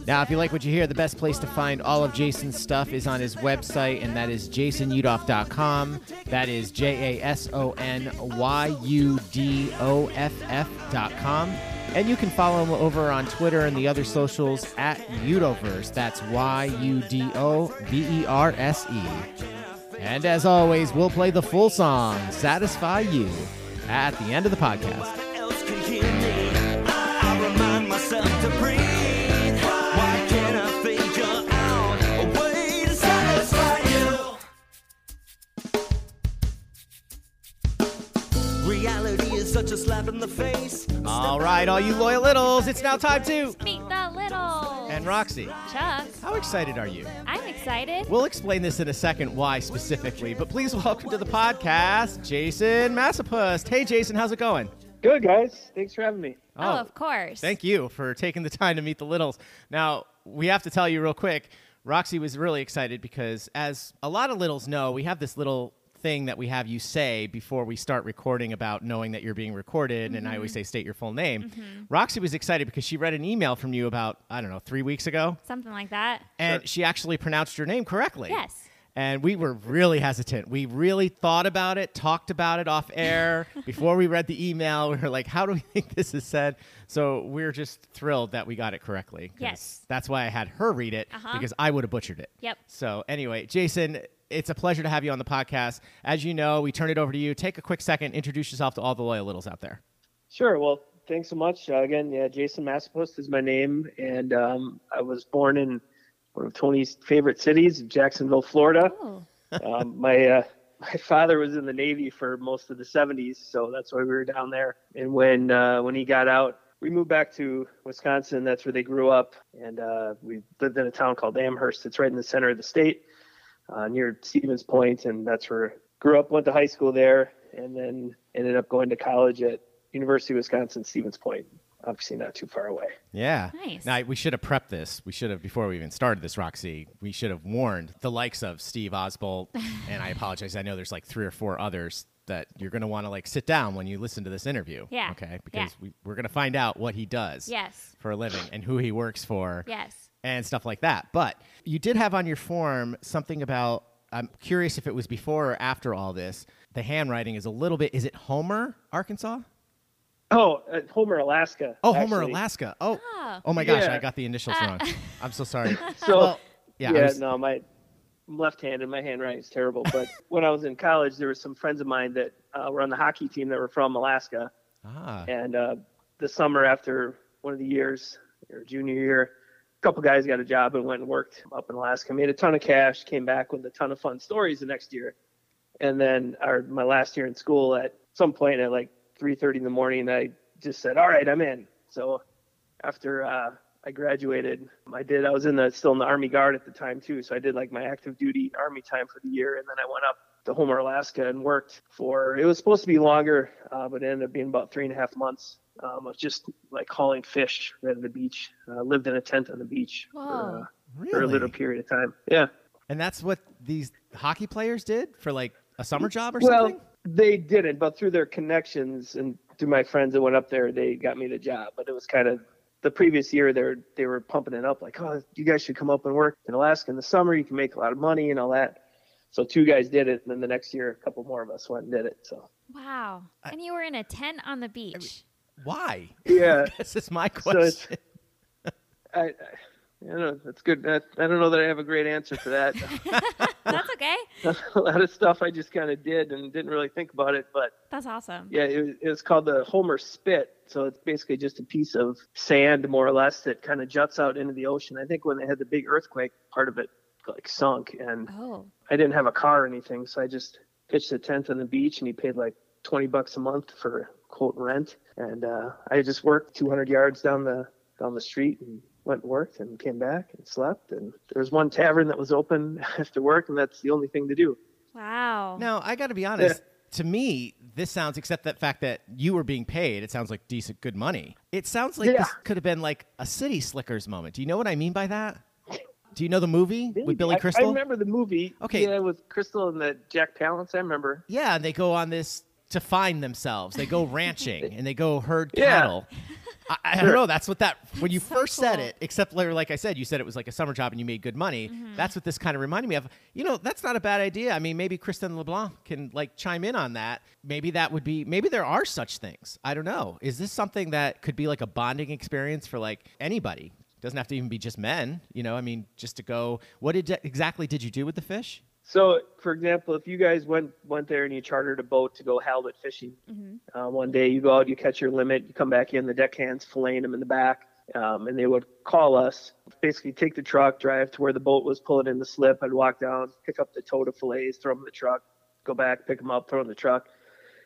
[SPEAKER 2] Now, if you like what you hear, the best place to find all of Jason's stuff is on his website, and that is jasonudoff.com. That is J A S O N Y U D O F F.com. And you can follow him over on Twitter and the other socials at Udoverse. That's Y U D O V E R S E. And as always, we'll play the full song, Satisfy You, at the end of the podcast.
[SPEAKER 7] Nobody else can hear me. I remind myself to breathe. Why can't I figure out a way to satisfy you? Reality is such a slap in the face.
[SPEAKER 2] All right, all you loyal littles, it's now time to.
[SPEAKER 4] Meet the Littles.
[SPEAKER 2] And Roxy,
[SPEAKER 4] Chuck,
[SPEAKER 2] how excited are you?
[SPEAKER 4] I'm excited.
[SPEAKER 2] We'll explain this in a second why specifically, but please welcome to the podcast, Jason Massapust. Hey, Jason, how's it going?
[SPEAKER 3] Good guys, thanks for having me.
[SPEAKER 4] oh, of course.
[SPEAKER 2] Thank you for taking the time to meet the Littles. Now, we have to tell you real quick Roxy was really excited because, as a lot of Littles know, we have this little thing that we have you say before we start recording about knowing that you're being recorded. And I always say, state your full name. Roxy was excited because she read an email from you about, I don't know, three weeks ago.
[SPEAKER 4] Something like that.
[SPEAKER 2] And she actually pronounced your name correctly.
[SPEAKER 4] Yes.
[SPEAKER 2] And we were really hesitant. We really thought about it, talked about it off air before we read the email. We were like, how do we think this is said? So we're just thrilled that we got it correctly. 'cause
[SPEAKER 4] Yes. Uh-huh.
[SPEAKER 2] That's why I had her read it because I would have butchered it.
[SPEAKER 4] Yep.
[SPEAKER 2] So anyway, Jason, it's a pleasure to have you on the podcast. As you know, we turn it over to you. Take a quick second, introduce yourself to all the loyal littles out there.
[SPEAKER 3] Sure. Well,
[SPEAKER 8] thanks so much. Uh, again, yeah, Jason Massapust is my name, and um, I was born in one of Tony's favorite cities, Jacksonville, Florida.
[SPEAKER 4] Oh.
[SPEAKER 8] Um, my uh, my father was in the Navy for most of the 70s, so that's why we were down there. And when uh, when he got out, we moved back to Wisconsin. That's where they grew up, and uh, we lived in a town called Amherst. It's right in the center of the state, uh, near Stevens Point, and that's where I grew up. Went to high school there, and then ended up going to college at University of Wisconsin Stevens Point. Obviously, not too far away.
[SPEAKER 2] Yeah.
[SPEAKER 4] Nice.
[SPEAKER 2] Now, we should have prepped this. We should have, before we even started this, Roxy, we should have warned the likes of Steve Osbolt. and I apologize. I know there's like three or four others that you're going to want to like sit down when you listen to this interview.
[SPEAKER 4] Yeah.
[SPEAKER 2] Okay.
[SPEAKER 4] Yeah.
[SPEAKER 2] Because we, we're going to find out what he does
[SPEAKER 4] Yes.
[SPEAKER 2] for a living and who he works for
[SPEAKER 4] Yes.
[SPEAKER 2] and stuff like that. But you did have on your form something about, I'm curious if it was before or after all this. The handwriting is a little bit, is it Homer, Arkansas?
[SPEAKER 8] Oh, uh, Homer, Alaska.
[SPEAKER 2] Oh, Homer,
[SPEAKER 8] actually.
[SPEAKER 2] Alaska. Oh,
[SPEAKER 4] Oh.
[SPEAKER 2] oh, my gosh,
[SPEAKER 8] Yeah.
[SPEAKER 2] I got the initials wrong. I'm so sorry.
[SPEAKER 8] So.
[SPEAKER 2] well, yeah, I
[SPEAKER 8] yeah,
[SPEAKER 2] was-
[SPEAKER 8] no, my I'm left-handed. My handwriting's terrible. But when I was in college, there were some friends of mine that uh, were on the hockey team that were from Alaska.
[SPEAKER 2] ah,
[SPEAKER 8] And uh, the summer after one of the years, or junior year, a couple guys got a job and went and worked up in Alaska. Made a ton of cash. Came back with a ton of fun stories the next year. And then our my last year in school, at some point at like 3:30 in the morning, I just said, "All right, I'm in." So after uh, I graduated, I did. I was in the still in the Army Guard at the time too, so I did like my active duty Army time for the year, and then I went up to Homer, Alaska, and worked for. It was supposed to be longer, uh, but it ended up being about three and a half months. Um, I was just like hauling fish right on the beach. Uh, lived in a tent on the beach for, uh, for a little
[SPEAKER 2] really?
[SPEAKER 8] period of time. Yeah.
[SPEAKER 2] And that's what these hockey players did for like a summer job or
[SPEAKER 8] Well,
[SPEAKER 2] something?
[SPEAKER 8] they didn't, but through their connections and through my friends that went up there, they got me the job. But it was kind of the previous year they were, they were pumping it up like, oh, you guys should come up and work in Alaska in the summer. You can make a lot of money and all that. So two guys did it, and then the next year, a couple more of us went and did it. So
[SPEAKER 4] Wow. and you were in a tent on the beach.
[SPEAKER 2] Why?
[SPEAKER 8] yeah,
[SPEAKER 2] this is my
[SPEAKER 8] So it's-
[SPEAKER 2] question.
[SPEAKER 8] I, I I don't know. That's good. I, I don't know that I have a great answer for that.
[SPEAKER 4] That's okay.
[SPEAKER 8] a lot of stuff I just kind of did and didn't really think about it, but
[SPEAKER 4] That's awesome.
[SPEAKER 8] Yeah, it was, it was called the Homer Spit. So it's basically just a piece of sand, more or less, that kind of juts out into the ocean. I think when they had the big earthquake, part of it like sunk, and
[SPEAKER 4] Oh.
[SPEAKER 8] I didn't have a car or anything, so I just pitched a tent on the beach, and he paid like twenty bucks a month for quote rent, and uh, I just worked two hundred yards down the down the street and went and worked and came back and slept and there was one tavern that was open after work and that's the only thing to do
[SPEAKER 4] Wow.
[SPEAKER 2] Now, I got to be honest. To me, this sounds, except that fact that you were being paid, it sounds like decent, good money. It sounds like
[SPEAKER 8] Yeah.
[SPEAKER 2] this could have been like a City Slickers moment. Do you know what I mean by that? Do you know the movie with Billy
[SPEAKER 8] I-
[SPEAKER 2] Crystal?
[SPEAKER 8] I remember the movie
[SPEAKER 2] Okay.
[SPEAKER 8] yeah with crystal and the jack palance i remember
[SPEAKER 2] Yeah, and they go on this to find themselves. They go ranching and they go herd
[SPEAKER 8] Yeah.
[SPEAKER 2] cattle. I, I don't know. That's what that when you first said
[SPEAKER 4] cool.
[SPEAKER 2] it. Except like, like I said, you said it was like a summer job and you made good money. That's what this kind of reminded me of. You know, that's not a bad idea. I mean, maybe Kristen LeBlanc can like chime in on that. Maybe that would be. Maybe there are such things. I don't know. Is this something that could be like a bonding experience for like anybody? Doesn't have to even be just men. You know, I mean, just to go. What did exactly did you do with the fish?
[SPEAKER 8] So, for example, if you guys went went there and you chartered a boat to go halibut fishing, uh, one day you go out, you catch your limit, you come back in, the deckhands filleting them in the back, um, and they would call us. Basically, take the truck, drive to where the boat was pulling in the slip. I'd walk down, pick up the tote of fillets, throw them in the truck, go back, pick them up, throw them in the truck,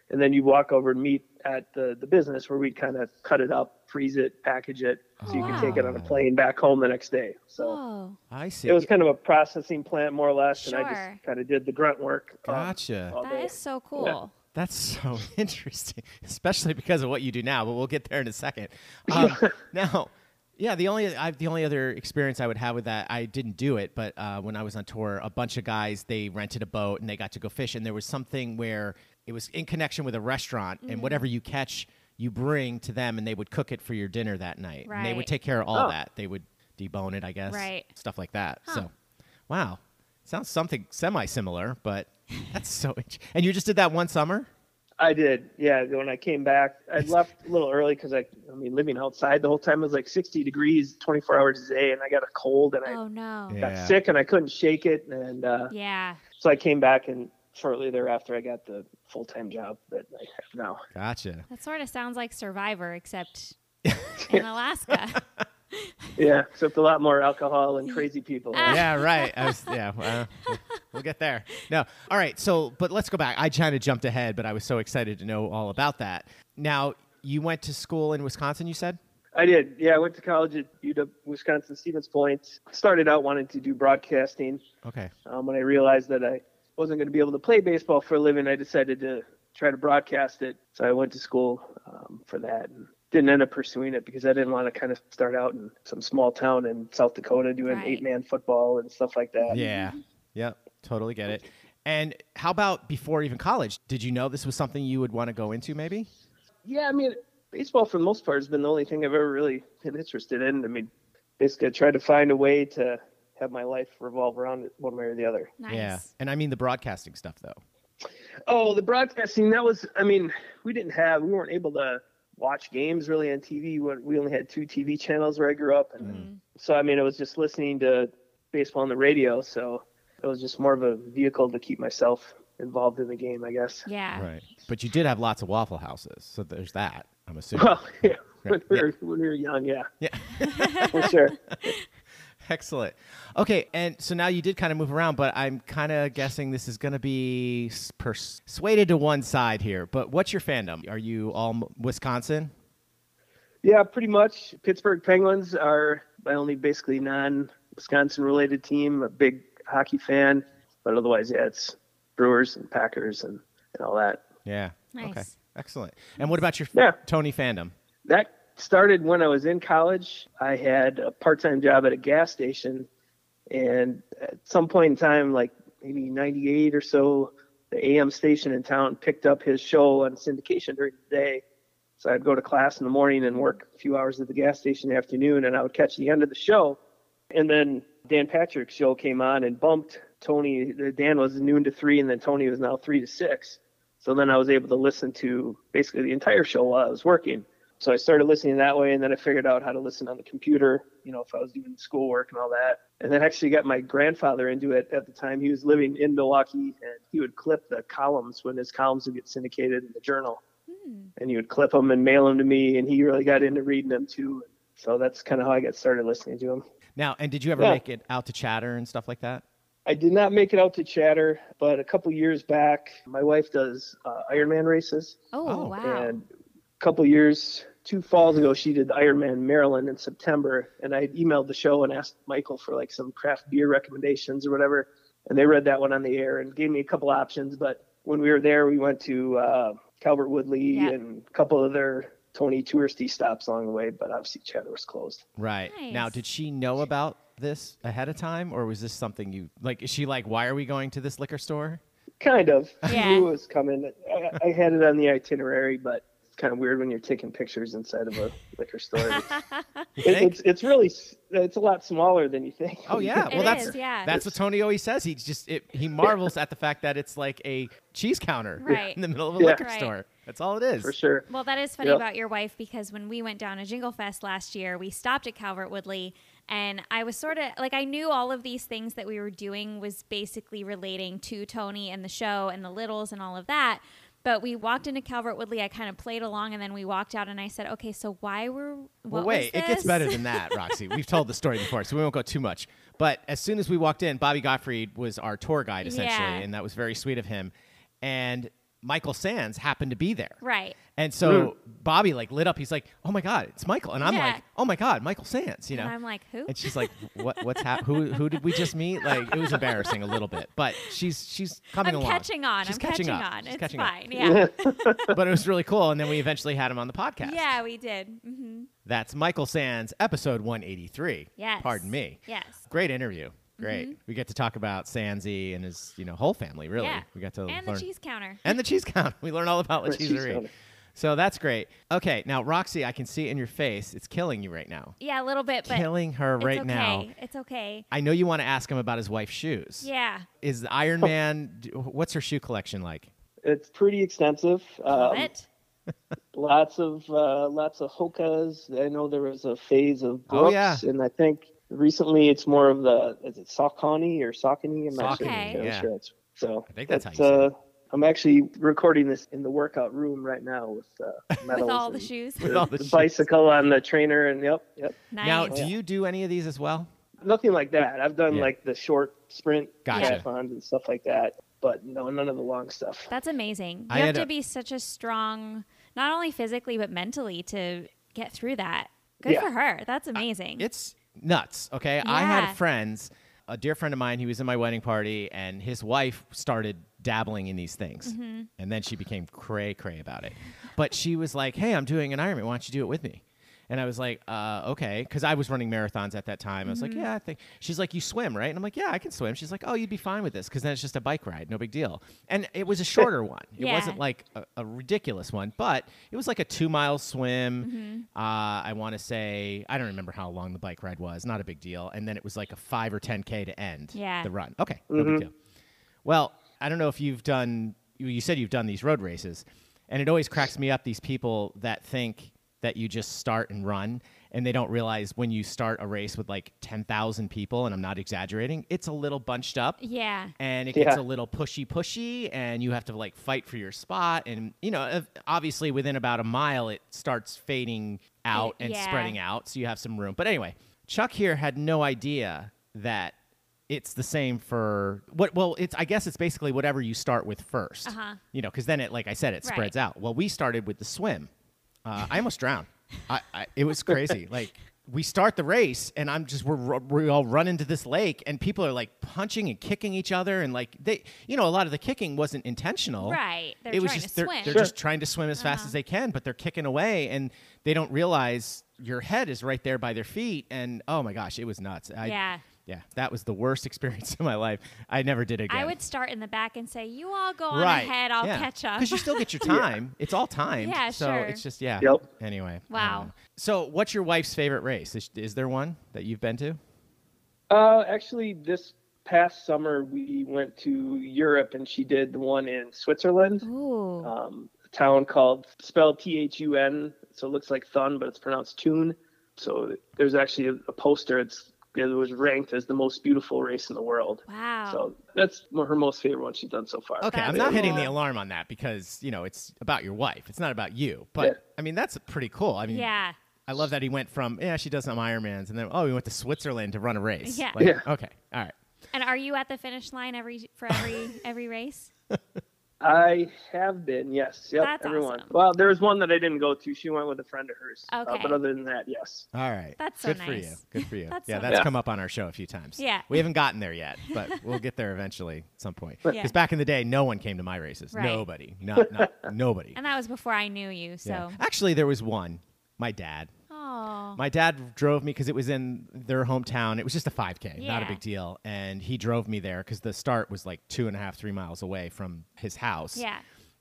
[SPEAKER 8] and then you walk over and meet at the the business where we'd kind of cut it up, freeze it, package it, so you
[SPEAKER 4] Wow.
[SPEAKER 8] can take it on a plane back home the next day. So.
[SPEAKER 4] Whoa.
[SPEAKER 2] I see.
[SPEAKER 8] It was kind of a processing plant, more or less, and I
[SPEAKER 4] Sure.
[SPEAKER 8] just kind of did the grunt work. um,
[SPEAKER 2] Gotcha.
[SPEAKER 8] all
[SPEAKER 4] That
[SPEAKER 8] day.
[SPEAKER 4] is so cool.
[SPEAKER 2] That's so interesting, especially because of what you do now. But we'll get there in a second. Um, now, yeah, the only I, the only other experience I would have with that, I didn't do it, but uh, when I was on tour, a bunch of guys they rented a boat and they got to go fish, and there was something where it was in connection with a restaurant, and whatever you catch, you bring to them, and they would cook it for your dinner that night. And they would
[SPEAKER 4] Right.
[SPEAKER 2] take care of all
[SPEAKER 8] Oh.
[SPEAKER 2] that. They would debone it, I guess,
[SPEAKER 4] Right.
[SPEAKER 2] Stuff like that. So, wow, sounds something semi similar, but that's so. int- And you just did that one summer.
[SPEAKER 8] I did, yeah. When I came back, I left a little early because I, I mean, living outside the whole time it was like 60 degrees, 24 hours a day, and I got a cold and I
[SPEAKER 4] Oh no.
[SPEAKER 8] got sick and I couldn't shake it, and uh,
[SPEAKER 4] Yeah.
[SPEAKER 8] so I came back and shortly thereafter, I got the full time job that I have now.
[SPEAKER 2] Gotcha.
[SPEAKER 4] That sort of sounds like Survivor, except in Alaska.
[SPEAKER 8] Yeah, except a lot more alcohol and crazy people.
[SPEAKER 4] uh,
[SPEAKER 2] yeah, right. I was, yeah, well, we'll get there. No, all right. So, but let's go back. I kind of jumped ahead, but I was so excited to know all about that. Now, you went to school in Wisconsin. You said
[SPEAKER 8] I did. Yeah, I went to college at UW Wisconsin Stevens Point. Started out wanting to do broadcasting.
[SPEAKER 2] okay.
[SPEAKER 8] Um, when I realized that I wasn't going to be able to play baseball for a living, I decided to try to broadcast it. So I went to school um, for that and didn't end up pursuing it because I didn't want to kind of start out in some small town in South Dakota doing
[SPEAKER 4] Right.
[SPEAKER 8] eight man football and stuff like that.
[SPEAKER 2] Yeah. Yep. Totally get it. And how about before even college? Did you know this was something you would want to go into? Maybe.
[SPEAKER 8] Yeah, I mean, baseball for the most part has been the only thing I've ever really been interested in. I mean, basically, I tried to find a way to have my life revolve around it one way or the other.
[SPEAKER 4] nice.
[SPEAKER 2] Yeah. And I mean the broadcasting stuff though.
[SPEAKER 8] Oh, the broadcasting, that was, I mean, we didn't have, we weren't able to watch games really on TV. We- We only had two TV channels where I grew up. And so, I mean, it was just listening to baseball on the radio. So it was just more of a vehicle to keep myself involved in the game, I guess.
[SPEAKER 4] Yeah.
[SPEAKER 2] Right. But you did have lots of waffle houses, so there's that. I'm assuming.
[SPEAKER 8] Well, yeah, when, we were, when we were young, yeah.
[SPEAKER 2] Yeah.
[SPEAKER 8] for sure.
[SPEAKER 2] Excellent. Okay, and so now you did kind of move around, but I'm kind of guessing this is going to be s- persuaded to one side here. But what's your fandom? Are you all M- Wisconsin?
[SPEAKER 8] Yeah, pretty much. Pittsburgh Penguins are my only basically non Wisconsin related team. A big hockey fan, but otherwise, yeah, it's Brewers and Packers and, and all that.
[SPEAKER 2] Yeah. Okay.
[SPEAKER 4] Nice.
[SPEAKER 2] Excellent. And what about your f-
[SPEAKER 8] Yeah.
[SPEAKER 2] Tony fandom?
[SPEAKER 8] That started when I was in college. I had a part time job at a gas station, and at some point in time, like maybe 98 or so, the AM station in town picked up his show on syndication during the day. So I'd go to class in the morning and work a few hours at the gas station in the afternoon, and I would catch the end of the show. And then Dan Patrick's show came on and bumped Tony. Dan was noon to three, and then Tony was now three to six. So then I was able to listen to basically the entire show while I was working. So I started listening that way, and then I figured out how to listen on the computer, you know, if I was doing schoolwork and all that. And then actually got my grandfather into it at the time. He was living in Milwaukee, and he would clip the columns when his columns would get syndicated in the journal. And he would clip them and mail them to me, and he really got into reading them too. So that's kind of how I got started listening to him.
[SPEAKER 2] Now, and did you ever
[SPEAKER 8] Yeah.
[SPEAKER 2] make it out to chatter and stuff like that?
[SPEAKER 8] I did not make it out to Chatter, but a couple years back, my wife does uh, Ironman races.
[SPEAKER 4] Oh,
[SPEAKER 2] Oh,
[SPEAKER 4] wow.
[SPEAKER 8] And a couple years, two falls ago, she did the Ironman Maryland in September, and I emailed the show and asked Michael for like some craft beer recommendations or whatever, and they read that one on the air and gave me a couple options. But when we were there, we went to uh, Calvert Woodley
[SPEAKER 4] Yeah.
[SPEAKER 8] and a couple other Tony touristy stops along the way, but obviously Chatter was closed.
[SPEAKER 2] Right. Now,
[SPEAKER 4] Nice.
[SPEAKER 2] did she know about this ahead of time, or was this something you like? Is she like, why are we going to this liquor store?
[SPEAKER 8] Kind of.
[SPEAKER 4] Yeah.
[SPEAKER 8] I knew it was coming. I, I had it on the itinerary, but it's kind of weird when you're taking pictures inside of a liquor store. It-
[SPEAKER 2] You think?
[SPEAKER 8] it's it's really s- it's a lot smaller than you think.
[SPEAKER 2] Oh yeah,
[SPEAKER 4] It
[SPEAKER 2] well that's
[SPEAKER 4] is, yeah.
[SPEAKER 2] that's what Tony always says. He just it, he marvels at the fact that it's like a cheese counter
[SPEAKER 4] Right.
[SPEAKER 2] in the middle of a
[SPEAKER 8] Yeah.
[SPEAKER 2] liquor
[SPEAKER 4] Right.
[SPEAKER 2] store. That's all it is.
[SPEAKER 8] for sure.
[SPEAKER 4] Well, that is funny
[SPEAKER 8] Yeah.
[SPEAKER 4] about your wife because when we went down to Jingle Fest last year, we stopped at Calvert Woodley and I was sort of like I knew all of these things that we were doing was basically relating to Tony and the show and the littles and all of that. But we walked into Calvert Woodley, I kind of played along and then we walked out and I said, "Okay, so why were what
[SPEAKER 2] Well,
[SPEAKER 4] was
[SPEAKER 2] wait, it gets
[SPEAKER 4] this?"
[SPEAKER 2] better than that, Roxy. We've told the story before, so we won't go too much. But as soon as we walked in, Bobby Gottfried was our tour guide essentially,
[SPEAKER 4] Yeah.
[SPEAKER 2] and that was very sweet of him. And Michael Sands happened to be there.
[SPEAKER 4] Right.
[SPEAKER 2] And so Bobby like lit up. He's like, "Oh my god, it's Michael!" And I'm
[SPEAKER 4] Yeah.
[SPEAKER 2] like, "Oh my god, Michael Sands!" You know.
[SPEAKER 4] And I'm like, "Who?"
[SPEAKER 2] And she's like, "What? What's hap- Who? Who did we just meet?" Like it was embarrassing a little bit, but she's she's coming
[SPEAKER 4] I'm
[SPEAKER 2] along.
[SPEAKER 4] catching on.
[SPEAKER 2] She's
[SPEAKER 4] I'm catching,
[SPEAKER 2] up.
[SPEAKER 4] on.
[SPEAKER 2] She's
[SPEAKER 4] it's
[SPEAKER 2] catching up.
[SPEAKER 4] fine. Yeah.
[SPEAKER 2] But it was really cool. And then we eventually had him on the podcast.
[SPEAKER 4] yeah, we did. Mhm.
[SPEAKER 2] That's Michael Sands, episode 183.
[SPEAKER 4] Yes.
[SPEAKER 2] Pardon me.
[SPEAKER 4] Yes.
[SPEAKER 2] Great interview. Great. We get to talk about Sandsy and his, you know, whole family. Really,
[SPEAKER 4] Yeah.
[SPEAKER 2] we got to
[SPEAKER 4] and
[SPEAKER 2] learn
[SPEAKER 4] the cheese counter.
[SPEAKER 2] and the cheese count. We learn all about La
[SPEAKER 8] The cheese
[SPEAKER 2] Cheeserie.
[SPEAKER 8] counter.
[SPEAKER 2] So that's great. Okay, now Roxy, I can see in your face, it's killing you right now.
[SPEAKER 4] Yeah, a little bit, but
[SPEAKER 2] killing her
[SPEAKER 4] it's
[SPEAKER 2] right
[SPEAKER 4] okay.
[SPEAKER 2] now.
[SPEAKER 4] It's okay.
[SPEAKER 2] I know you want to ask him about his wife's shoes.
[SPEAKER 4] Yeah.
[SPEAKER 2] Is the Iron Man? d- What's her shoe collection like?
[SPEAKER 8] It's pretty extensive.
[SPEAKER 4] Love
[SPEAKER 8] Um,
[SPEAKER 4] it.
[SPEAKER 8] Lots of uh, lots of hokas. I know there was a phase of
[SPEAKER 2] Oh,
[SPEAKER 8] books,
[SPEAKER 2] yeah.
[SPEAKER 8] and I think recently it's more of the is it Saucony or Saucony? I'm not
[SPEAKER 2] Saucony,
[SPEAKER 8] sure. I'm
[SPEAKER 2] yeah.
[SPEAKER 8] sure it's So
[SPEAKER 2] I think that's how
[SPEAKER 8] it's,
[SPEAKER 2] you say it.
[SPEAKER 8] uh, I'm actually recording this in the workout room right now with uh, medals
[SPEAKER 4] with all the
[SPEAKER 8] and
[SPEAKER 4] shoes.
[SPEAKER 2] With all the
[SPEAKER 8] the
[SPEAKER 2] shit.
[SPEAKER 8] bicycle on the trainer, and yep, yep.
[SPEAKER 4] Nice.
[SPEAKER 2] Now, do you do any of these as well?
[SPEAKER 8] Nothing like that. I've done
[SPEAKER 2] Yeah.
[SPEAKER 8] like the short sprint
[SPEAKER 2] Gotcha.
[SPEAKER 8] marathons and stuff like that, but no, none of the long stuff.
[SPEAKER 4] That's amazing. You
[SPEAKER 2] I
[SPEAKER 4] have
[SPEAKER 2] had
[SPEAKER 4] to
[SPEAKER 2] a-
[SPEAKER 4] be such a strong, not only physically but mentally, to get through that. Good
[SPEAKER 8] Yeah.
[SPEAKER 4] for her. That's amazing.
[SPEAKER 2] It's nuts. Okay. I had
[SPEAKER 4] Yeah.
[SPEAKER 2] friends, a dear friend of mine, he was in my wedding party, and his wife started dabbling in these things.
[SPEAKER 4] Mm-hmm.
[SPEAKER 2] And then she became cray cray about it. But she was like, hey, I'm doing an Ironman. Why don't you do it with me? And I was like, uh, okay. Because I was running marathons at that time. I was
[SPEAKER 4] Mm-hmm.
[SPEAKER 2] like, yeah, I think. She's like, you swim, right? And I'm like, yeah, I can swim. She's like, oh, you'd be fine with this because then it's just a bike ride. No big deal. And it was a shorter one. It
[SPEAKER 4] Yeah.
[SPEAKER 2] wasn't like a, a ridiculous one, but it was like a two mile swim. Uh, I want to say, I don't remember how long the bike ride was, not a big deal. And then it was like a five or 10K to end
[SPEAKER 4] Yeah.
[SPEAKER 2] the run. Okay, no big deal. Well, I don't know if you've done, you- you said you've done these road races, and it always cracks me up these people that think that you just start and run, and they don't realize when you start a race with like 10,000 people, and I'm not exaggerating, it's a little bunched up
[SPEAKER 4] yeah.
[SPEAKER 2] and it gets
[SPEAKER 8] Yeah.
[SPEAKER 2] a little pushy pushy and you have to like fight for your spot and you know ev- obviously within about a mile it starts fading out and
[SPEAKER 4] yeah.
[SPEAKER 2] spreading out so you have some room but anyway chuck here had no idea that it's the same for what well it's i guess it's basically whatever you start with 1st
[SPEAKER 4] Uh-huh.
[SPEAKER 2] you know because then it like i said it
[SPEAKER 4] Right.
[SPEAKER 2] spreads out well we started with the swim uh, i almost drowned I, I, it was crazy like we start the race and i'm just we're, ru- we all run into this lake and people are like punching and kicking each other and like they you know a lot of the kicking wasn't intentional
[SPEAKER 4] Right. They're
[SPEAKER 2] it was
[SPEAKER 4] trying
[SPEAKER 2] just
[SPEAKER 4] to
[SPEAKER 2] they're,
[SPEAKER 4] swim.
[SPEAKER 2] they're just trying to swim as
[SPEAKER 4] Uh-huh.
[SPEAKER 2] fast as they can but they're kicking away and they don't realize your head is right there by their feet and oh my gosh it was nuts I,
[SPEAKER 4] Yeah.
[SPEAKER 2] yeah that was the worst experience of my life i never did again
[SPEAKER 4] I would start in the back and say, "You all go on ahead. I'll catch up."
[SPEAKER 2] Because you still get your time. It's all time.
[SPEAKER 4] Yeah,
[SPEAKER 2] so
[SPEAKER 4] sure.
[SPEAKER 2] it's just yeah.
[SPEAKER 8] Yep.
[SPEAKER 2] Anyway. I don't
[SPEAKER 4] Wow.
[SPEAKER 2] know. So what's your wife's favorite race? Is, is there one that you've been to?
[SPEAKER 8] Uh, actually, this past summer we went to Europe, and she did the one in Switzerland.
[SPEAKER 4] Ooh.
[SPEAKER 8] um, a town called spelled T-H-U-N. So it looks like Thun, but it's pronounced Tune. So there's actually a, a poster. It's it was ranked as the most beautiful race in the world.
[SPEAKER 4] wow.
[SPEAKER 8] So that's mo- her most favorite one she's done so far.
[SPEAKER 2] Okay, I'm
[SPEAKER 4] That's
[SPEAKER 2] not hitting the
[SPEAKER 4] cool.
[SPEAKER 2] alarm on that because you know it's about your wife. It's not about you. But
[SPEAKER 8] Yeah.
[SPEAKER 2] I mean that's pretty cool. I mean,
[SPEAKER 4] yeah.
[SPEAKER 2] I love that he went from yeah she does some Ironmans and then oh he went to Switzerland to run a race.
[SPEAKER 4] Yeah.
[SPEAKER 2] Like,
[SPEAKER 8] Yeah.
[SPEAKER 2] Okay. All right.
[SPEAKER 4] And are you at the finish line every for every every race?
[SPEAKER 8] I have been, yes, yep,
[SPEAKER 4] That's
[SPEAKER 8] everyone.
[SPEAKER 4] awesome.
[SPEAKER 8] Well, there was one that I didn't go to. She went with a friend of hers. Uh,
[SPEAKER 4] Okay.
[SPEAKER 8] but other than that, yes.
[SPEAKER 2] All right.
[SPEAKER 4] That's so
[SPEAKER 2] good for you.
[SPEAKER 4] nice.
[SPEAKER 2] Good for you.
[SPEAKER 4] That's
[SPEAKER 2] yeah,
[SPEAKER 4] so
[SPEAKER 2] that's
[SPEAKER 8] nice.
[SPEAKER 2] come up on our show a few times.
[SPEAKER 4] Yeah.
[SPEAKER 2] We haven't gotten there yet, but we'll get there eventually at some point. Because
[SPEAKER 4] Yeah.
[SPEAKER 2] back in the day, no one came to my races.
[SPEAKER 4] Right.
[SPEAKER 2] Nobody. Not, not nobody.
[SPEAKER 4] And that was before I knew you. So.
[SPEAKER 2] Yeah. Actually, there was one. My dad.
[SPEAKER 4] Oh.
[SPEAKER 2] My dad drove me because it was in their hometown. It was just a 5K, not a
[SPEAKER 4] Yeah.
[SPEAKER 2] big deal. And he drove me there because the start was like two and a half, three miles away from his house.
[SPEAKER 4] yeah.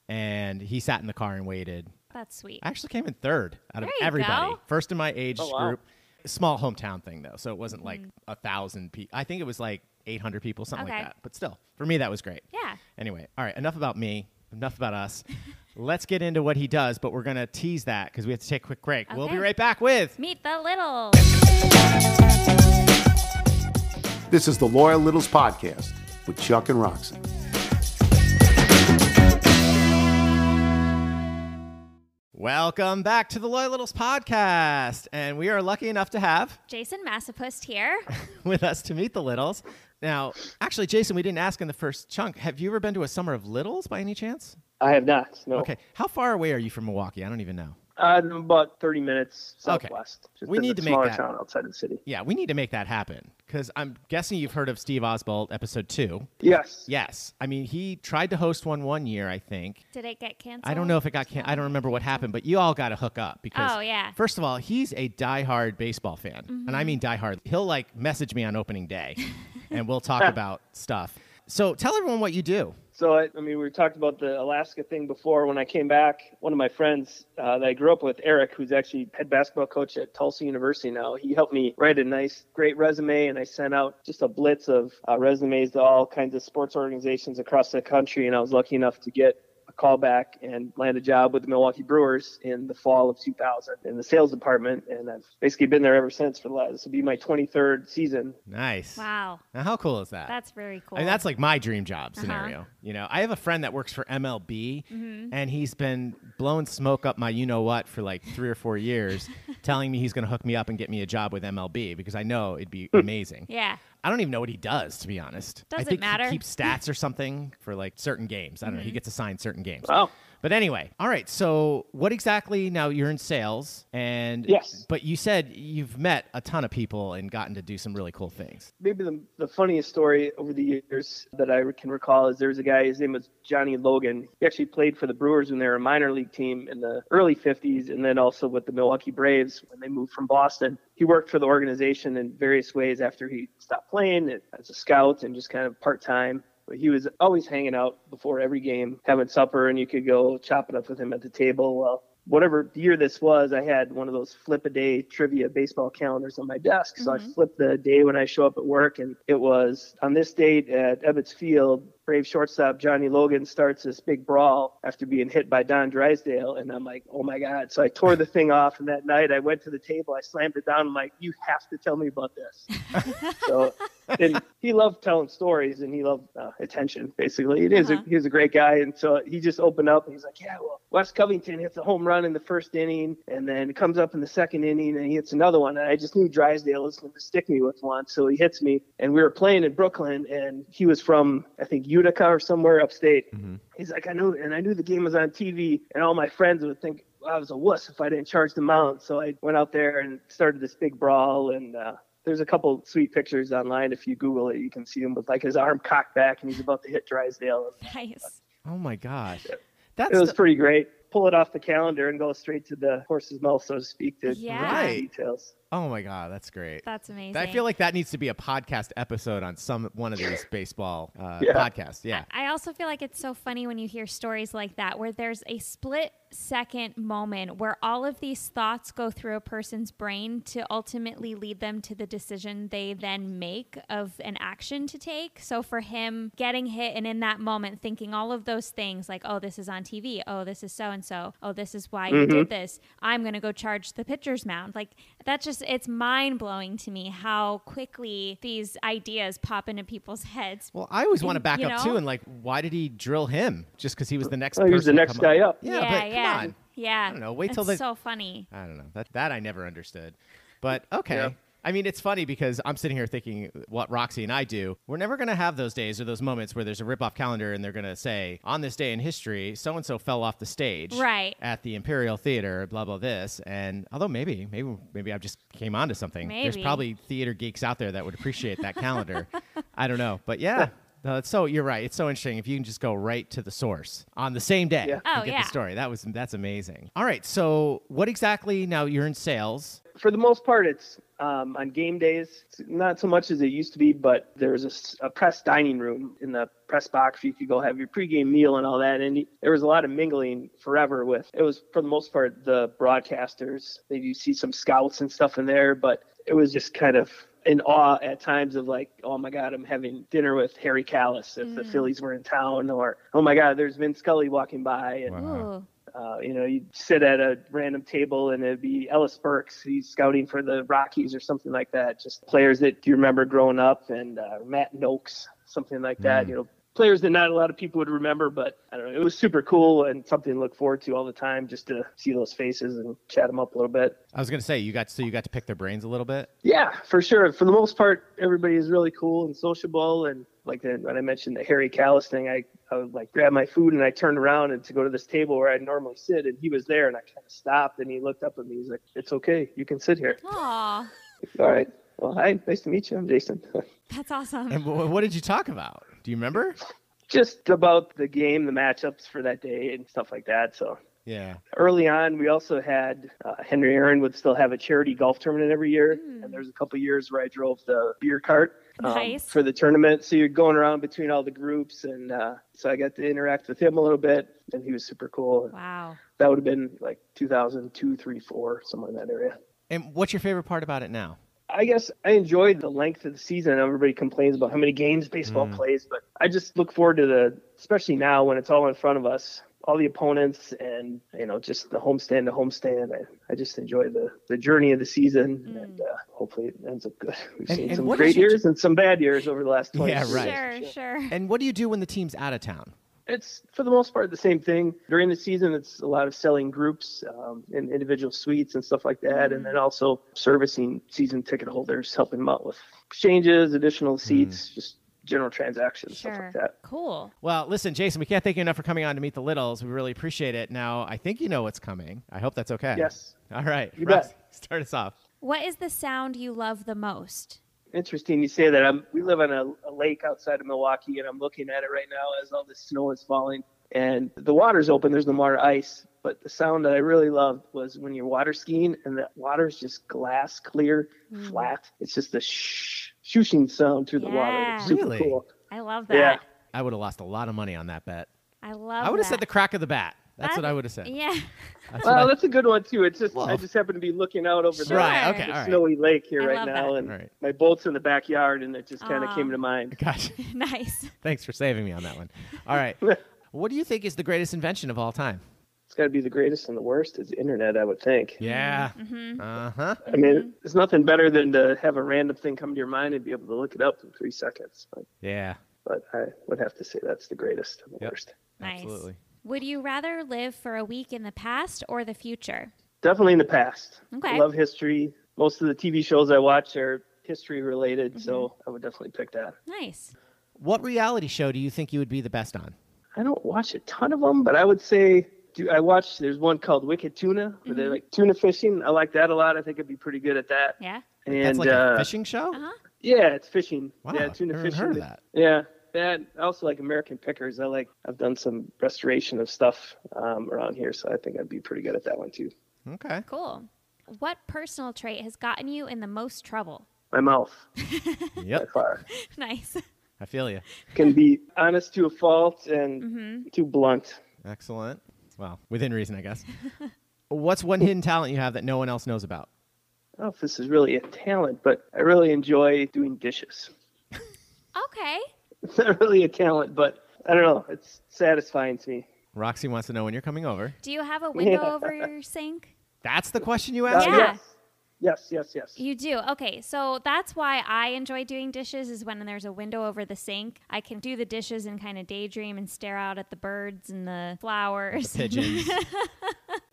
[SPEAKER 2] And he sat in the car and waited.
[SPEAKER 4] That's sweet.
[SPEAKER 2] I actually came in third out of
[SPEAKER 4] There you
[SPEAKER 2] everybody.
[SPEAKER 4] go.
[SPEAKER 2] First in my age
[SPEAKER 8] Oh, wow.
[SPEAKER 2] group. Small hometown thing though, so it wasn't like a thousand people. I think it was like eight hundred people, something
[SPEAKER 4] Mm. Okay.
[SPEAKER 2] like that. But still, for me, that was great.
[SPEAKER 4] Yeah.
[SPEAKER 2] Anyway, all right. Enough about me. Enough about us. Let's get into what he does, but we're gonna tease that because we have to take a quick break. We'll be
[SPEAKER 4] Okay.
[SPEAKER 2] right back with
[SPEAKER 4] Meet the little.
[SPEAKER 9] This is the Loyal Littles Podcast with Chuck and Roxy.
[SPEAKER 2] Welcome back to the Loyal Littles podcast, and we are lucky enough to have
[SPEAKER 4] Jason Massapust here.
[SPEAKER 2] with us to meet the Littles. Now, actually, Jason, we didn't ask in the first chunk. Have you ever been to a summer of Littles by any chance?
[SPEAKER 8] I have not. No.
[SPEAKER 2] Okay. How far away are you from Milwaukee? I don't even know.
[SPEAKER 8] I'm about 30 minutes
[SPEAKER 2] Okay.
[SPEAKER 8] southwest. Just
[SPEAKER 2] We
[SPEAKER 8] in
[SPEAKER 2] need
[SPEAKER 8] a
[SPEAKER 2] to make
[SPEAKER 8] smaller
[SPEAKER 2] that-
[SPEAKER 8] town outside of the city.
[SPEAKER 2] Yeah, we need to make that happen because I'm guessing you've heard of Steve Oswald, episode two.
[SPEAKER 8] Yes.
[SPEAKER 2] Yes. I mean, he tried to host one one year, I think.
[SPEAKER 4] Did it get canceled?
[SPEAKER 2] I don't know if it got can- I don't remember what happened, but you all got to hook up because
[SPEAKER 4] Oh, yeah. Mm-hmm.
[SPEAKER 2] First of all, he's a diehard baseball fan, and I mean diehard. He'll like message me on opening day, and we'll talk about stuff. So tell everyone what you do.
[SPEAKER 8] So I, I mean, we talked about the Alaska thing before. When I came back, one of my friends uh, that I grew up with, Eric, who's actually head basketball coach at Tulsa University now, he helped me write a nice, great resume, and I sent out just a blitz of uh, resumes to all kinds of sports organizations across the country. And I was lucky enough to get a call back and land a job with the Milwaukee Brewers in the fall of 2000 in the sales department. And I've basically been there ever since for the last, this will be my 23rd season.
[SPEAKER 2] Nice.
[SPEAKER 4] Wow.
[SPEAKER 2] Now, how cool is that?
[SPEAKER 4] That's very cool.
[SPEAKER 2] I mean, that's like my dream job
[SPEAKER 4] Uh-huh.
[SPEAKER 2] scenario. You know, I have a friend that works for MLB,
[SPEAKER 4] Mm-hmm.
[SPEAKER 2] and he's been blowing smoke up my you know what for like three or four years, telling me he's going to hook me up and get me a job with MLB because I know it'd
[SPEAKER 8] Hmm.
[SPEAKER 2] be amazing.
[SPEAKER 4] yeah.
[SPEAKER 2] I don't even know what he does, to be honest. I
[SPEAKER 4] Doesn't
[SPEAKER 2] think
[SPEAKER 4] matter. Mm-hmm.
[SPEAKER 2] He keeps stats or something for like certain games. I don't know. He gets assigned certain games.
[SPEAKER 8] Wow.
[SPEAKER 2] But anyway, all right. So what exactly? Now you're in sales, and
[SPEAKER 8] Yes.
[SPEAKER 2] But you said you've met a ton of people and gotten to do some really cool things.
[SPEAKER 8] Maybe the, the funniest story over the years that I can recall is there was a guy, his name was Johnny Logan. He actually played for the Brewers when they were a minor league team in the early 50s and then also with the Milwaukee Braves when they moved from Boston. He worked for the organization in various ways after he stopped playing as a scout and just kind of part time. But he was always hanging out before every game, having supper, and you could go chop it up with him at the table. Well, whatever year this was, I had one of those flip a day trivia baseball calendars on my desk. So I flipped the day when I show up at work, and it was on this date at Ebbets Field. Brave shortstop Johnny Logan starts this big brawl after being hit by Don Drysdale. And I'm like, oh my God. So I tore the thing off. And that night I went to the table, I slammed it down. I'm like, you have to tell me about this so and he loved telling stories and he loved uh, attention basically it is a, he was a great guy and so he just opened up and he's like yeah well wes covington hits a home run in the first inning and then it comes up in the second inning and he hits another one and i just knew drysdale was going to stick me with one so he hits me and we were playing in brooklyn and he was from i think utica or somewhere upstate he's like i know and i knew the game was on tv and all my friends would think I was a wuss if I didn't charge the mound. So I went out there and started this big brawl. And uh, there's a couple sweet pictures online. If you Google it, you can see him with like his arm cocked back and he's about to hit Drysdale.
[SPEAKER 4] Nice.
[SPEAKER 2] Oh my gosh, that's
[SPEAKER 8] It was
[SPEAKER 2] the-
[SPEAKER 8] pretty great. Pull it off the calendar and go straight to the horse's mouth, so to speak, to
[SPEAKER 4] Yeah.
[SPEAKER 8] get the
[SPEAKER 2] Right.
[SPEAKER 8] details.
[SPEAKER 2] oh my god, that's great.
[SPEAKER 4] That's amazing.
[SPEAKER 2] I feel like that needs to be a podcast episode on some one of these baseball uh,
[SPEAKER 8] Yeah.
[SPEAKER 2] podcasts. Yeah.
[SPEAKER 4] I also feel like it's so funny when you hear stories like that where there's a split second moment where all of these thoughts go through a person's brain to ultimately lead them to the decision they then make of an action to take. So for him getting hit and in that moment thinking all of those things like, oh, this is on TV. Oh, this is so and so. Oh, this is why you did this. I'm going to go charge the pitcher's mound. Like that's just, it's mind blowing to me how quickly these ideas pop into people's heads.
[SPEAKER 2] Well, I always want to
[SPEAKER 4] And,
[SPEAKER 2] back
[SPEAKER 4] you
[SPEAKER 2] up
[SPEAKER 4] know-
[SPEAKER 2] too, and like, why did he drill him? Just because he was the next.
[SPEAKER 8] Oh, he was the
[SPEAKER 2] person to
[SPEAKER 8] next
[SPEAKER 2] come
[SPEAKER 8] guy up.
[SPEAKER 2] Yeah, but come on.
[SPEAKER 4] Yeah.
[SPEAKER 2] I don't know. Wait
[SPEAKER 4] That's
[SPEAKER 2] till they-
[SPEAKER 4] so funny.
[SPEAKER 2] I don't know. That that I never understood. But okay. I mean, it's funny because I'm sitting here thinking what Roxy and I do. We're never going to have those days or those moments where there's a rip-off calendar and they're going to say, on this day in history, so and so fell off the stage
[SPEAKER 4] Right.
[SPEAKER 2] at the Imperial Theater, blah, blah, this. And although maybe, maybe, maybe I've just came onto something. There's
[SPEAKER 4] Maybe.
[SPEAKER 2] probably theater geeks out there that would appreciate that calendar. I don't know. But yeah. No, it's so you're right. It's so interesting if you can just go right to the source on the same day.
[SPEAKER 8] Yeah.
[SPEAKER 2] and
[SPEAKER 4] Oh,
[SPEAKER 2] get
[SPEAKER 4] yeah.
[SPEAKER 2] The story. That was that's amazing. All right, so what exactly now you're in sales?
[SPEAKER 8] for the most part, it's um, on game days. It's not so much as it used to be, but there's a s- a, press dining room in the press box. You could go have your pregame meal and all that. And y- there was a lot of mingling forever with. It was for the most part the broadcasters. Maybe you see some scouts and stuff in there, but it was just kind of in awe at times of like, oh my God, I'm having dinner with Harry Callis if the Phillies were in town, or oh my God, there's Vin Scully walking by, and
[SPEAKER 4] Ooh.
[SPEAKER 8] uh, you know, you'd sit at a random table and it'd be Ellis Burks. He's scouting for the Rockies or something like that. Just players that you remember growing up and uh, Matt Noakes, something like that. You know, players that not a lot of people would remember, but I don't know. It was super cool and something to look forward to all the time just to see those faces and chat them up a little bit.
[SPEAKER 2] I was gonna say you got so you got to pick their brains a little bit.
[SPEAKER 8] Yeah, for sure. For the most part, everybody is really cool and sociable. And like the, when I mentioned the Harry Callis thing, I, I would like grab my food and I turned around and to go to this table where I normally sit, and he was there, and I kind of stopped, and he looked up at me. He's like, "It's okay, you can sit here."
[SPEAKER 4] Aw.
[SPEAKER 8] All right. Well, hi, nice to meet you. I'm Jason.
[SPEAKER 4] That's awesome.
[SPEAKER 2] And w- what did you talk about? Do you remember?
[SPEAKER 8] Just about the game, the matchups for that day, and stuff like that. So
[SPEAKER 2] Yeah.
[SPEAKER 8] early on, we also had uh, Henry Aaron would still have a charity golf tournament every year, and there was a couple years where I drove the beer cart
[SPEAKER 4] Hmm.
[SPEAKER 8] um,
[SPEAKER 4] Nice.
[SPEAKER 8] for the tournament. So you're going around between all the groups, and uh, so I got to interact with him a little bit, and he was super cool.
[SPEAKER 4] Wow.
[SPEAKER 8] That would have been like 2002, 3, 4, somewhere in that area.
[SPEAKER 2] And what's your favorite part about it now?
[SPEAKER 8] I guess I enjoyed the length of the season. I know Everybody complains about how many games baseball
[SPEAKER 2] Mm.
[SPEAKER 8] plays, but I just look forward to the, especially now when it's all in front of us, all the opponents and, you know, just the homestand to homestand. I, I just enjoy the, the journey of the season and uh, hopefully it ends up good. We've
[SPEAKER 2] And-
[SPEAKER 8] seen
[SPEAKER 2] and
[SPEAKER 8] some
[SPEAKER 2] what
[SPEAKER 8] great
[SPEAKER 2] is your-
[SPEAKER 8] years and some bad years over the last 20
[SPEAKER 2] Yeah,
[SPEAKER 8] years.
[SPEAKER 2] right.
[SPEAKER 4] Sure, sure.
[SPEAKER 2] And what do you do when the team's out of town?
[SPEAKER 8] It's for the most part the same thing. During the season, it's a lot of selling groups um, and individual suites and stuff like that, and then also servicing season ticket holders, helping them out with exchanges, additional seats, just general transactions, stuff
[SPEAKER 4] Sure.
[SPEAKER 8] like that.
[SPEAKER 4] Cool.
[SPEAKER 2] Well, listen, Jason, we can't thank you enough for coming on to meet the Littles. We really appreciate it. Now, I think you know what's coming. I hope that's okay.
[SPEAKER 8] Yes.
[SPEAKER 2] All right.
[SPEAKER 8] You
[SPEAKER 2] Rox, start us off.
[SPEAKER 4] What is the sound you love the most?
[SPEAKER 8] Interesting you say that. I'm, we live on a, a lake outside of Milwaukee, and I'm looking at it right now as all this snow is falling, and the water's open. There's no more ice. But the sound that I really loved was when you're water skiing and the water's just glass clear,
[SPEAKER 4] Mm.
[SPEAKER 8] flat. It's just the shh, shooshing sound through the water.
[SPEAKER 4] Yeah.
[SPEAKER 8] It's super
[SPEAKER 2] Really?
[SPEAKER 8] cool.
[SPEAKER 4] I love that.
[SPEAKER 8] Yeah.
[SPEAKER 2] I would have lost a lot of money on that bet.
[SPEAKER 4] I love
[SPEAKER 2] I would have said the
[SPEAKER 4] that.
[SPEAKER 2] crack of the bat. That's what I would have said.
[SPEAKER 4] Yeah.
[SPEAKER 2] That's
[SPEAKER 8] Well,
[SPEAKER 2] what
[SPEAKER 8] that's a good one too. It's just I
[SPEAKER 2] Well-
[SPEAKER 8] just happen to be looking out over
[SPEAKER 2] I,
[SPEAKER 4] Sure.
[SPEAKER 8] the
[SPEAKER 2] right. Okay.
[SPEAKER 4] The
[SPEAKER 2] All right.
[SPEAKER 8] snowy lake
[SPEAKER 4] I
[SPEAKER 8] here right
[SPEAKER 4] love
[SPEAKER 8] now,
[SPEAKER 4] that.
[SPEAKER 8] and
[SPEAKER 2] Right.
[SPEAKER 8] my boat's in the backyard, and it just kind of
[SPEAKER 4] Aw.
[SPEAKER 8] came to mind.
[SPEAKER 2] Gosh,
[SPEAKER 4] nice.
[SPEAKER 2] thanks for saving me on that one. All right. what do you think is the greatest invention of all time?
[SPEAKER 8] It's got to be the greatest and the worst is the internet, I would think.
[SPEAKER 2] Yeah.
[SPEAKER 4] Mm-hmm.
[SPEAKER 2] Uh huh.
[SPEAKER 8] I mean, there's nothing better than to have a random thing come to your mind and be able to look it up in three seconds. But,
[SPEAKER 2] Yeah.
[SPEAKER 8] but I would have to say that's the greatest and the
[SPEAKER 2] Yep.
[SPEAKER 8] worst.
[SPEAKER 4] Nice.
[SPEAKER 2] Absolutely.
[SPEAKER 4] Would you rather live for a week in the past or the future?
[SPEAKER 8] Definitely in the past.
[SPEAKER 4] Okay.
[SPEAKER 8] I love history. Most of the TV shows I watch are history related, so I would definitely pick that.
[SPEAKER 4] Nice.
[SPEAKER 2] What reality show do you think you would be the best on?
[SPEAKER 8] I don't watch a ton of them, but I would say do I watch. There's one called Wicked Tuna where they're like tuna fishing. I like that a lot. I think I'd be pretty good at that.
[SPEAKER 4] Yeah.
[SPEAKER 8] And
[SPEAKER 2] That's like
[SPEAKER 8] uh,
[SPEAKER 2] a fishing show?
[SPEAKER 4] Uh-huh.
[SPEAKER 8] yeah, it's fishing.
[SPEAKER 2] Wow.
[SPEAKER 8] yeah, tuna
[SPEAKER 2] never even
[SPEAKER 8] fishing.
[SPEAKER 2] heard of that.
[SPEAKER 8] Yeah, that. I also like American Pickers. I like. I've done some restoration of stuff um, around here, so I think I'd be pretty good at that one too.
[SPEAKER 2] Okay.
[SPEAKER 4] Cool. What personal trait has gotten you in the most trouble?
[SPEAKER 8] My mouth, by
[SPEAKER 2] Yep.
[SPEAKER 8] far,
[SPEAKER 4] nice.
[SPEAKER 2] I feel you.
[SPEAKER 8] can be honest to a fault and
[SPEAKER 4] Mm-hmm.
[SPEAKER 8] too blunt.
[SPEAKER 2] Excellent. Well, within reason, I guess. What's one hidden talent you have that no one else knows about?
[SPEAKER 8] I don't know if this is really a talent, but I really enjoy doing dishes.
[SPEAKER 4] Okay.
[SPEAKER 8] It's not really a talent, but I don't know. It's satisfying to me.
[SPEAKER 2] Roxy wants to know when you're coming over.
[SPEAKER 4] Do you have a window over your sink?
[SPEAKER 2] That's the question you
[SPEAKER 8] Uh,
[SPEAKER 2] asked?
[SPEAKER 4] Yeah.
[SPEAKER 8] Yes. Yes. Yes. Yes.
[SPEAKER 4] You do. Okay. So that's why I enjoy doing dishes is when there's a window over the sink. I can do the dishes and kind of daydream and stare out at the birds and the flowers.
[SPEAKER 2] Pigeons.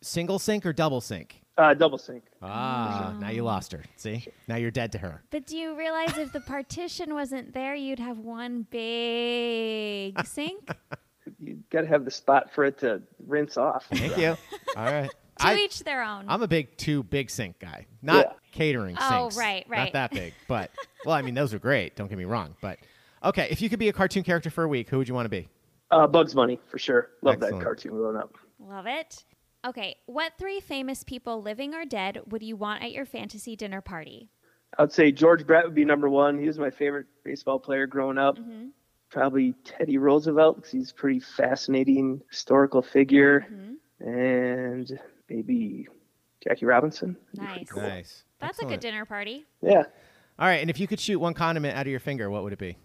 [SPEAKER 2] Single sink or double sink?
[SPEAKER 8] Uh, double sink.
[SPEAKER 2] Ah, now you lost her. See? Now you're dead to her.
[SPEAKER 4] But do you realize if the partition wasn't there, you'd have one big sink?
[SPEAKER 8] You got to have the spot for it to rinse off.
[SPEAKER 2] Thank you. All right.
[SPEAKER 4] To
[SPEAKER 2] I,
[SPEAKER 4] each their own.
[SPEAKER 2] I'm a big two big sink guy, not
[SPEAKER 8] Yeah.
[SPEAKER 2] catering
[SPEAKER 4] Oh,
[SPEAKER 2] sinks.
[SPEAKER 4] right,
[SPEAKER 2] Not
[SPEAKER 4] right.
[SPEAKER 2] that big, but well, I mean, those are great. Don't get me wrong, but okay. If you could be a cartoon character for a week, who would you want to be?
[SPEAKER 8] Uh, Bugs Bunny for sure. Love
[SPEAKER 2] Excellent.
[SPEAKER 8] that cartoon growing up.
[SPEAKER 4] Love it. Okay. What three famous people, living or dead, would you want at your fantasy dinner party?
[SPEAKER 8] I'd say George Brett would be number one. He was my favorite baseball player growing up. Probably Teddy Roosevelt because he's a pretty fascinating historical figure, and maybe Jackie Robinson.
[SPEAKER 4] Nice.
[SPEAKER 2] Nice.
[SPEAKER 4] That's a good dinner party.
[SPEAKER 8] Yeah,
[SPEAKER 2] All right, and if you could shoot one condiment out of your finger, what would it be?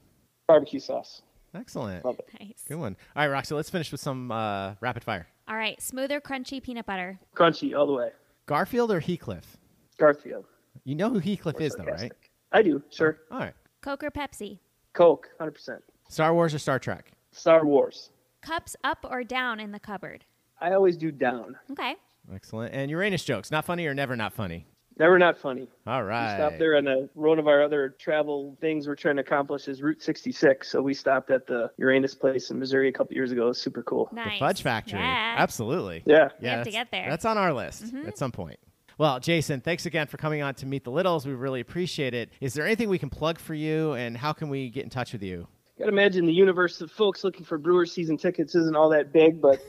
[SPEAKER 8] barbecue sauce.
[SPEAKER 2] Excellent.
[SPEAKER 8] Love it.
[SPEAKER 4] Nice.
[SPEAKER 2] Good one. All right, Roxy, let's finish with some uh, rapid fire.
[SPEAKER 4] All right. Smooth or crunchy peanut butter?
[SPEAKER 8] Crunchy all the way.
[SPEAKER 2] Garfield or Heathcliff?
[SPEAKER 8] Garfield.
[SPEAKER 2] You know who Heathcliff is, though, right?
[SPEAKER 8] Fantastic. I do. Sure.
[SPEAKER 2] All right.
[SPEAKER 4] Coke or Pepsi?
[SPEAKER 8] Coke, hundred percent.
[SPEAKER 2] Star Wars or Star Trek?
[SPEAKER 8] Star Wars.
[SPEAKER 4] Cups up or down in the cupboard?
[SPEAKER 8] I always do down.
[SPEAKER 4] Okay.
[SPEAKER 2] Excellent. And Uranus jokes, not funny or never not funny?
[SPEAKER 8] Never not funny.
[SPEAKER 2] All
[SPEAKER 8] We
[SPEAKER 2] right.
[SPEAKER 8] stopped there on a, one of our other travel things we're trying to accomplish is Route 66. So we stopped at the Uranus place in Missouri a couple years ago. It was super cool.
[SPEAKER 4] Nice.
[SPEAKER 2] The Fudge Factory.
[SPEAKER 4] Yeah.
[SPEAKER 2] Absolutely.
[SPEAKER 8] Yeah.
[SPEAKER 4] We have to
[SPEAKER 2] that's-
[SPEAKER 4] get there. Mm-hmm.
[SPEAKER 2] That's on our list at some point. Well, Jason, thanks again for coming on to Meet the Littles. We really appreciate it. Is there anything we can plug for you, and how can we get in touch with you?
[SPEAKER 8] Gotta imagine the universe of folks looking for Brewer season tickets isn't all that big, but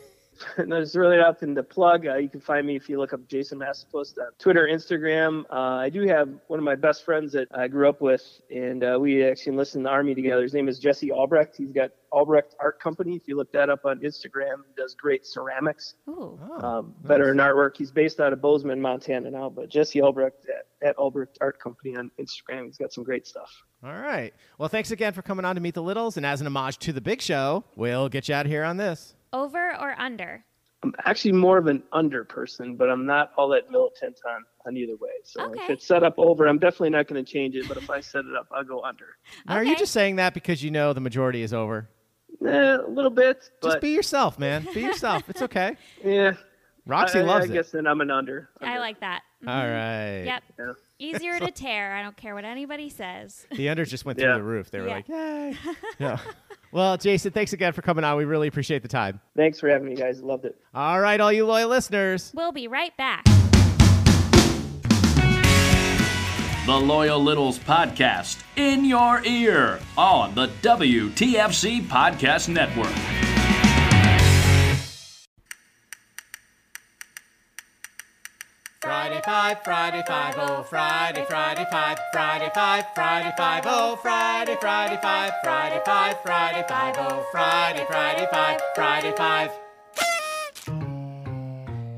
[SPEAKER 8] There's really nothing to plug. Uh, you can find me if you look up Jason Massapust on Twitter, Instagram. Uh, I do have one of my best friends that I grew up with, and uh, we actually enlisted in the Army together. His name is Jesse Albrecht. He's got Albrecht Art Company. If you look that up on Instagram, he does great ceramics,
[SPEAKER 5] Ooh.
[SPEAKER 8] um, veteran artwork. He's based out of Bozeman, Montana now, but Jesse Albrecht at, at Albrecht Art Company on Instagram. He's got some great stuff.
[SPEAKER 2] All right. Well, thanks again for coming on to Meet the Littles. And as an homage to the big show, we'll get you out of here on this.
[SPEAKER 4] Over or under?
[SPEAKER 8] I'm actually more of an under person, but I'm not all that militant on, on either way. So if
[SPEAKER 4] Okay.
[SPEAKER 8] it's set up over, I'm definitely not going to change it. But if I set it up, I'll go under.
[SPEAKER 2] Now, Are you
[SPEAKER 4] Okay.
[SPEAKER 2] just saying that because you know the majority is over?
[SPEAKER 8] Eh, a little bit,
[SPEAKER 2] Just
[SPEAKER 8] but
[SPEAKER 2] be yourself, man. Be yourself. It's okay.
[SPEAKER 8] yeah.
[SPEAKER 2] Roxy
[SPEAKER 8] I,
[SPEAKER 2] loves
[SPEAKER 8] I
[SPEAKER 2] it.
[SPEAKER 8] guess Mm-hmm. then I'm an under.
[SPEAKER 4] I
[SPEAKER 8] Under.
[SPEAKER 4] like that. Mhm.
[SPEAKER 2] All right.
[SPEAKER 4] Yep.
[SPEAKER 8] Yeah.
[SPEAKER 4] Easier to tear. I don't care what anybody says.
[SPEAKER 2] The unders just went through
[SPEAKER 8] Yeah.
[SPEAKER 2] the roof. They were
[SPEAKER 4] Yeah.
[SPEAKER 2] like, yay. yeah. Well, Jason, thanks again for coming on. We really appreciate the time.
[SPEAKER 8] Thanks for having me, guys. Loved it.
[SPEAKER 2] All right, all you loyal listeners.
[SPEAKER 4] We'll be right back.
[SPEAKER 7] The Loyal Littles Podcast in your ear on the WTFC Podcast Network.
[SPEAKER 2] Friday five, Friday five, oh, Friday, Friday five, Friday five, Friday five, oh, Friday, Friday five, Friday five, Friday five, oh, Friday, Friday five, Friday five.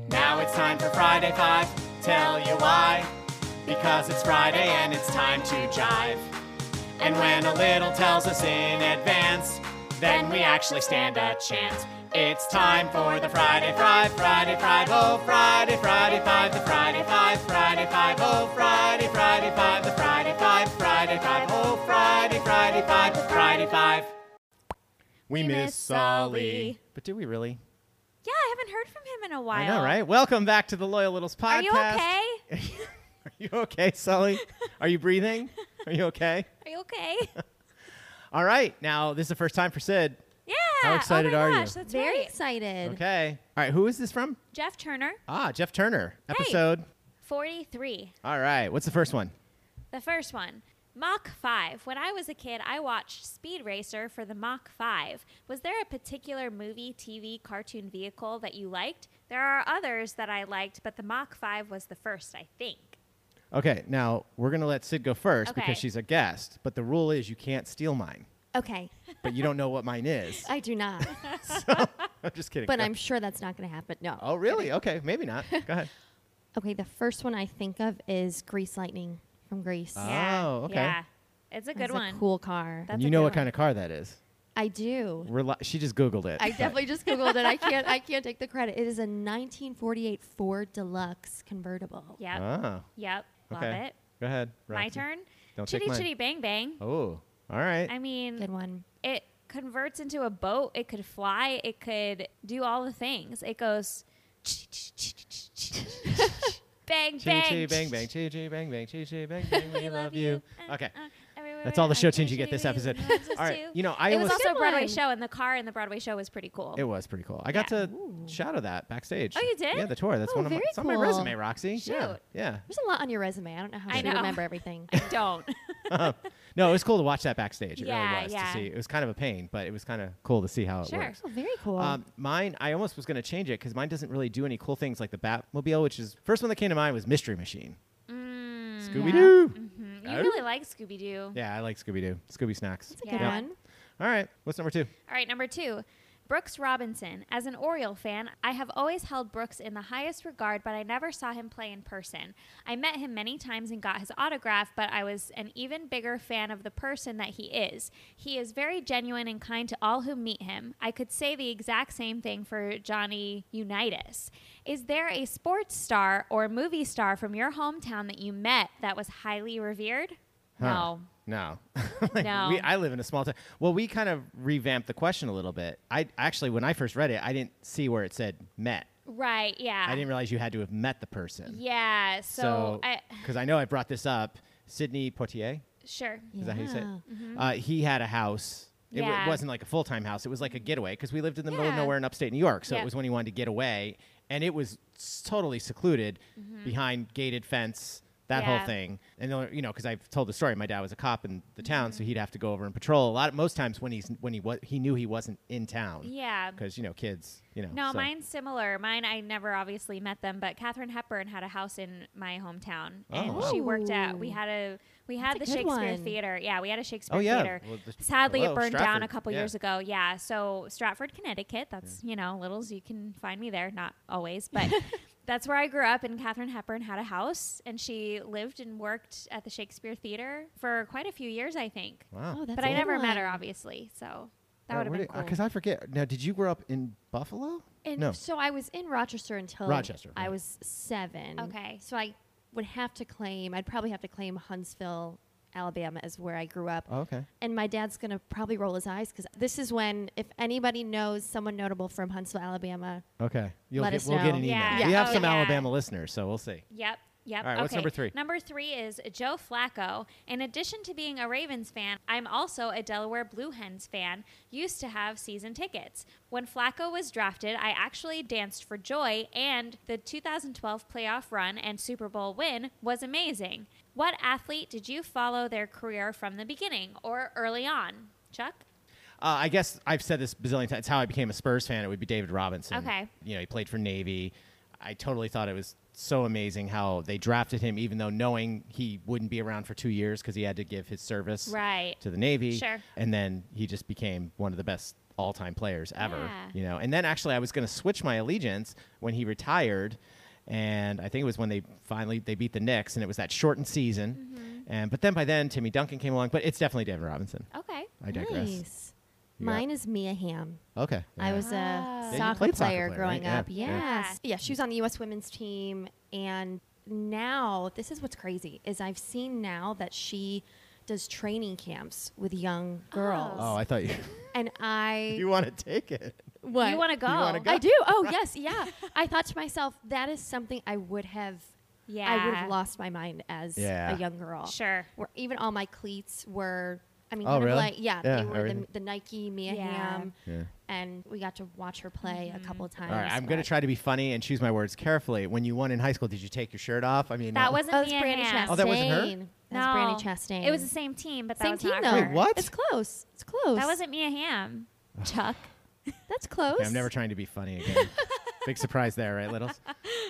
[SPEAKER 2] Now it's time for Friday five. Tell you why. Because it's Friday and it's time to jive. And when a little tells us in advance, then we actually stand a chance. It's time for the Friday Five, Friday Five, oh Friday, Friday Five, the Friday Five, Friday Five, oh Friday, Friday Five, the Friday Five, Friday Five, oh Friday, Friday Five, the Friday Five. We
[SPEAKER 4] miss Sully.
[SPEAKER 2] But do we really?
[SPEAKER 4] Yeah, I haven't heard from him in a while.
[SPEAKER 2] I know, right? Welcome back to the Loyal Littles podcast.
[SPEAKER 4] Are you okay?
[SPEAKER 2] Are you okay, Sully? Are you breathing? Are you okay?
[SPEAKER 4] Are you okay?
[SPEAKER 2] All right. Now, this is the first time for Sid.
[SPEAKER 4] Yeah.
[SPEAKER 2] excited
[SPEAKER 4] oh my
[SPEAKER 2] are you?
[SPEAKER 4] gosh, That's
[SPEAKER 5] Very
[SPEAKER 4] right.
[SPEAKER 5] excited.
[SPEAKER 2] Okay. All right. Who is this from?
[SPEAKER 4] Jeff Turner,
[SPEAKER 2] Ah, Jeff Turner. Episode.
[SPEAKER 4] 43.
[SPEAKER 2] All right. What's the first one?
[SPEAKER 4] The first one. Mach 5. When I was a kid, I watched Speed Racer for the Mach 5. Was there a particular movie, TV, cartoon vehicle that you liked? There are others that I liked, but the Mach 5 was the first, I think.
[SPEAKER 2] Okay. Now, we're going to let Sid go first
[SPEAKER 4] Okay.
[SPEAKER 2] because she's a guest, but the rule is you can't steal mine,
[SPEAKER 5] Okay.
[SPEAKER 2] but you don't know what mine is.
[SPEAKER 5] I do not.
[SPEAKER 2] I'm just kidding.
[SPEAKER 5] but
[SPEAKER 2] Go-
[SPEAKER 5] I'm sure that's not going to happen. No.
[SPEAKER 2] Oh, really? Okay. Maybe not. Go ahead.
[SPEAKER 5] Okay, the first one I think of is Grease Lightning from Grease.
[SPEAKER 4] Yeah,
[SPEAKER 2] Oh, okay.
[SPEAKER 4] Yeah. It's a good
[SPEAKER 5] That's
[SPEAKER 4] one.
[SPEAKER 5] A cool car.
[SPEAKER 4] That's
[SPEAKER 2] you
[SPEAKER 4] a
[SPEAKER 2] know
[SPEAKER 4] good
[SPEAKER 2] what
[SPEAKER 4] one.
[SPEAKER 2] kind of car that is.
[SPEAKER 5] I do.
[SPEAKER 2] We're li- she just Googled it.
[SPEAKER 5] I
[SPEAKER 2] but-
[SPEAKER 5] definitely just googled it. I can't. I can't take the credit. It is a 1948 Ford Deluxe convertible.
[SPEAKER 4] Yep.
[SPEAKER 2] Oh,
[SPEAKER 4] Yep. Love
[SPEAKER 2] okay.
[SPEAKER 4] it.
[SPEAKER 2] Go ahead.
[SPEAKER 4] My
[SPEAKER 2] Roxy.
[SPEAKER 4] turn.
[SPEAKER 2] Don't take
[SPEAKER 4] chitty
[SPEAKER 2] mine.
[SPEAKER 4] chitty bang bang.
[SPEAKER 2] Oh, all right.
[SPEAKER 4] I mean,
[SPEAKER 5] Good one.
[SPEAKER 4] it converts into a boat. It could fly. It could do all the things. It goes bang
[SPEAKER 2] Chee
[SPEAKER 4] bang
[SPEAKER 2] chee bang bang, chee chee bang bang, chee chee bang bang. We love you.
[SPEAKER 4] Uh,
[SPEAKER 2] Okay.
[SPEAKER 4] uh, everywhere
[SPEAKER 2] That's all the
[SPEAKER 4] I
[SPEAKER 2] show
[SPEAKER 4] go,
[SPEAKER 2] tunes you get this
[SPEAKER 4] chitty,
[SPEAKER 2] episode.
[SPEAKER 4] bang, bang,
[SPEAKER 2] All right.
[SPEAKER 4] just
[SPEAKER 2] You know, I
[SPEAKER 4] it was
[SPEAKER 2] almost-
[SPEAKER 4] also a
[SPEAKER 5] Good
[SPEAKER 4] Broadway
[SPEAKER 5] one.
[SPEAKER 4] show, and the car in the Broadway show was pretty cool.
[SPEAKER 2] It was pretty cool. I got
[SPEAKER 4] Yeah.
[SPEAKER 2] to shadow that backstage.
[SPEAKER 4] Oh, you did?
[SPEAKER 2] Yeah, the tour. That's
[SPEAKER 5] Oh,
[SPEAKER 2] one of my,
[SPEAKER 5] very
[SPEAKER 2] it's on my
[SPEAKER 5] cool.
[SPEAKER 2] resume, Roxy. Yeah.
[SPEAKER 4] Shoot.
[SPEAKER 2] Yeah.
[SPEAKER 5] There's a lot on your resume. I don't know how
[SPEAKER 4] I
[SPEAKER 5] to
[SPEAKER 4] know.
[SPEAKER 5] remember everything.
[SPEAKER 4] I don't.
[SPEAKER 2] No, it was cool to watch that backstage. It
[SPEAKER 4] Yeah,
[SPEAKER 2] really was
[SPEAKER 4] yeah.
[SPEAKER 2] to see. It was kind of a pain, but it was kind of cool to see how it
[SPEAKER 4] Sure.
[SPEAKER 2] works.
[SPEAKER 5] Oh, very cool.
[SPEAKER 2] Um, mine, I almost was going to change it because mine doesn't really do any cool things like the Batmobile, which is first one that came to mind was Mystery Machine. Scooby Doo.
[SPEAKER 4] you really like Scooby Doo.
[SPEAKER 2] Yeah, I like Scooby Doo. Scooby Snacks.
[SPEAKER 5] That's a
[SPEAKER 4] yeah.
[SPEAKER 5] good one.
[SPEAKER 2] All right. What's number two?
[SPEAKER 4] All right, number two. Brooks Robinson. As an Oriole fan, I have always held Brooks in the highest regard, but I never saw him play in person. I met him many times and got his autograph, but I was an even bigger fan of the person that he is. He is very genuine and kind to all who meet him. I could say the exact same thing for Johnny Unitas. Is there a sports star or movie star from your hometown that you met that was highly revered?
[SPEAKER 2] Huh.
[SPEAKER 4] No.
[SPEAKER 2] No. Like,
[SPEAKER 4] No.
[SPEAKER 2] We, I live in a small town. Well, we kind of revamped the question a little bit. I actually, when I first read it, I didn't see where it said met.
[SPEAKER 4] Right, yeah.
[SPEAKER 2] I didn't realize you had to have met the person.
[SPEAKER 4] Ah. Yeah, so, I,
[SPEAKER 2] because I, know I brought this up, Sydney Poitier.
[SPEAKER 4] sure.
[SPEAKER 2] Is that how you say it?
[SPEAKER 5] Yeah.
[SPEAKER 2] Uh, he had a house. It, w-
[SPEAKER 4] Mm-hmm. Yeah. Mm-hmm.
[SPEAKER 2] wasn't like a full time house. It was like a getaway because we lived in the middle of
[SPEAKER 4] Yeah.
[SPEAKER 2] nowhere in upstate New York. So
[SPEAKER 4] Yep.
[SPEAKER 2] it was when he wanted to get away, and it was s- totally secluded behind gated fence. that
[SPEAKER 4] Mm-hmm. Yeah.
[SPEAKER 2] whole thing. And the only- you know, because I've told the story, my dad was a cop in the town,
[SPEAKER 4] Mm-hmm.
[SPEAKER 2] so he'd have to go over and patrol a lot. Most times when he's when he was he knew he wasn't in town.
[SPEAKER 4] Yeah.
[SPEAKER 2] Because you know, kids. You know.
[SPEAKER 4] No,
[SPEAKER 2] so-
[SPEAKER 4] mine's similar. Mine, I never obviously met them, but Katherine Hepburn had a house in my hometown, and
[SPEAKER 2] Oh.
[SPEAKER 4] she worked at. We had a we had
[SPEAKER 5] That's
[SPEAKER 4] the
[SPEAKER 5] a good
[SPEAKER 4] Shakespeare
[SPEAKER 5] one.
[SPEAKER 4] Theater. Yeah, we had a Shakespeare
[SPEAKER 2] Oh yeah.
[SPEAKER 4] Theater.
[SPEAKER 2] Well, the-
[SPEAKER 4] Sadly,
[SPEAKER 2] hello,
[SPEAKER 4] it burned down
[SPEAKER 2] Stratford,
[SPEAKER 4] a couple
[SPEAKER 2] yeah.
[SPEAKER 4] years ago. Yeah, so Stratford, Connecticut. That's you know, littles. You can find me there. Not always, but. That's where I grew up, and Katherine Hepburn had a house, and she lived and worked at the Shakespeare Theater for quite a few years, I think.
[SPEAKER 2] Wow.
[SPEAKER 5] Oh, that's
[SPEAKER 4] but
[SPEAKER 5] a
[SPEAKER 4] I
[SPEAKER 5] good
[SPEAKER 4] never met
[SPEAKER 5] one.
[SPEAKER 4] her, obviously, so that would have been cool.
[SPEAKER 2] Because uh, I forget. Now, did you grow up in Buffalo?
[SPEAKER 5] And
[SPEAKER 2] no.
[SPEAKER 5] so I was in Rochester until
[SPEAKER 2] Rochester,
[SPEAKER 5] I
[SPEAKER 2] right.
[SPEAKER 5] was seven.
[SPEAKER 4] Okay.
[SPEAKER 5] So I would have to claim, I'd probably have to claim Huntsville, Alabama, as where I grew up.
[SPEAKER 2] Oh, okay.
[SPEAKER 5] And my dad's going to probably roll his eyes because this is when, if anybody knows someone notable from Huntsville, Alabama,
[SPEAKER 2] Okay. You'll
[SPEAKER 5] Let
[SPEAKER 2] get,
[SPEAKER 5] us
[SPEAKER 2] we'll get
[SPEAKER 5] know.
[SPEAKER 2] an email.
[SPEAKER 4] Yeah.
[SPEAKER 2] We
[SPEAKER 4] Yeah.
[SPEAKER 2] have
[SPEAKER 4] Oh,
[SPEAKER 2] some
[SPEAKER 4] yeah.
[SPEAKER 2] Alabama listeners, so we'll see.
[SPEAKER 4] Yep. Yep.
[SPEAKER 2] All right,
[SPEAKER 4] okay.
[SPEAKER 2] what's number three?
[SPEAKER 4] Number three is Joe Flacco. In addition to being a Ravens fan, I'm also a Delaware Blue Hens fan, used to have season tickets. When Flacco was drafted, I actually danced for joy, and the 2012 playoff run and Super Bowl win was amazing. What athlete did you follow their career from the beginning or early on? Chuck?
[SPEAKER 2] Uh, I guess I've said this bazillion times. It's how I became a Spurs fan. It would be David Robinson.
[SPEAKER 4] Okay.
[SPEAKER 2] You know, he played for Navy. I totally thought it was so amazing how they drafted him, even though knowing he wouldn't be around for two years because he had to give his service
[SPEAKER 4] Right.
[SPEAKER 2] to the Navy.
[SPEAKER 4] Sure.
[SPEAKER 2] And then he just became one of the best all-time players ever.
[SPEAKER 4] Yeah.
[SPEAKER 2] You know. And then actually, I was going to switch my allegiance when he retired, and I think it was when they finally they beat the Knicks, and it was that shortened season.
[SPEAKER 5] Mm-hmm.
[SPEAKER 2] And but then by then Timmy Duncan came along. But it's definitely David Robinson.
[SPEAKER 4] Okay.
[SPEAKER 2] I digress.
[SPEAKER 5] nice.
[SPEAKER 2] You got-
[SPEAKER 5] Mine is Mia Ham.
[SPEAKER 2] Okay.
[SPEAKER 5] I was a
[SPEAKER 4] Yeah,
[SPEAKER 2] you
[SPEAKER 5] soccer, player
[SPEAKER 2] played soccer player,
[SPEAKER 5] growing
[SPEAKER 2] right?
[SPEAKER 5] up.
[SPEAKER 2] Yeah.
[SPEAKER 4] Ah. Yeah.
[SPEAKER 5] Yes. Yeah. she was on the U.S. women's team. And now, this is what's crazy, is I've seen now that she does training camps with young girls.
[SPEAKER 2] Oh, I thought you
[SPEAKER 5] And I...
[SPEAKER 2] you want to take it.
[SPEAKER 5] what?
[SPEAKER 4] You want to go?
[SPEAKER 2] wanna go?
[SPEAKER 5] I do. Oh, yes. Yeah. I thought to myself, that is something I would have...
[SPEAKER 4] Yeah.
[SPEAKER 5] I would have lost my mind as
[SPEAKER 2] Yeah.
[SPEAKER 5] a young girl.
[SPEAKER 4] Sure.
[SPEAKER 5] Where even all my cleats were... I mean,
[SPEAKER 2] Oh,
[SPEAKER 5] kind of
[SPEAKER 2] really?
[SPEAKER 5] like, yeah,
[SPEAKER 2] Yeah,
[SPEAKER 5] they were the,
[SPEAKER 2] everything.
[SPEAKER 5] the Nike Mia
[SPEAKER 4] Yeah.
[SPEAKER 5] Hamm,
[SPEAKER 2] Yeah.
[SPEAKER 5] and we got to watch her play a couple
[SPEAKER 4] Mm-hmm.
[SPEAKER 5] times.
[SPEAKER 2] All right, I'm going to
[SPEAKER 5] but-
[SPEAKER 2] try to be funny and choose my words carefully. When you won in high school, did you take your shirt off? I mean,
[SPEAKER 4] That wasn't
[SPEAKER 5] Oh, that's
[SPEAKER 4] Mia
[SPEAKER 5] Brandy
[SPEAKER 4] Hamm.
[SPEAKER 5] Chastain.
[SPEAKER 2] Oh, that wasn't her?
[SPEAKER 5] That's Brandy Chastain.
[SPEAKER 4] It was the same team, but that
[SPEAKER 5] Same
[SPEAKER 4] was
[SPEAKER 5] team
[SPEAKER 4] not
[SPEAKER 5] though.
[SPEAKER 2] Wait,
[SPEAKER 4] her.
[SPEAKER 2] what?
[SPEAKER 5] It's close. It's close.
[SPEAKER 4] That wasn't Mia Hamm. Chuck.
[SPEAKER 5] That's close.
[SPEAKER 2] Okay, I'm never trying to be funny again. Big surprise there, right, Littles?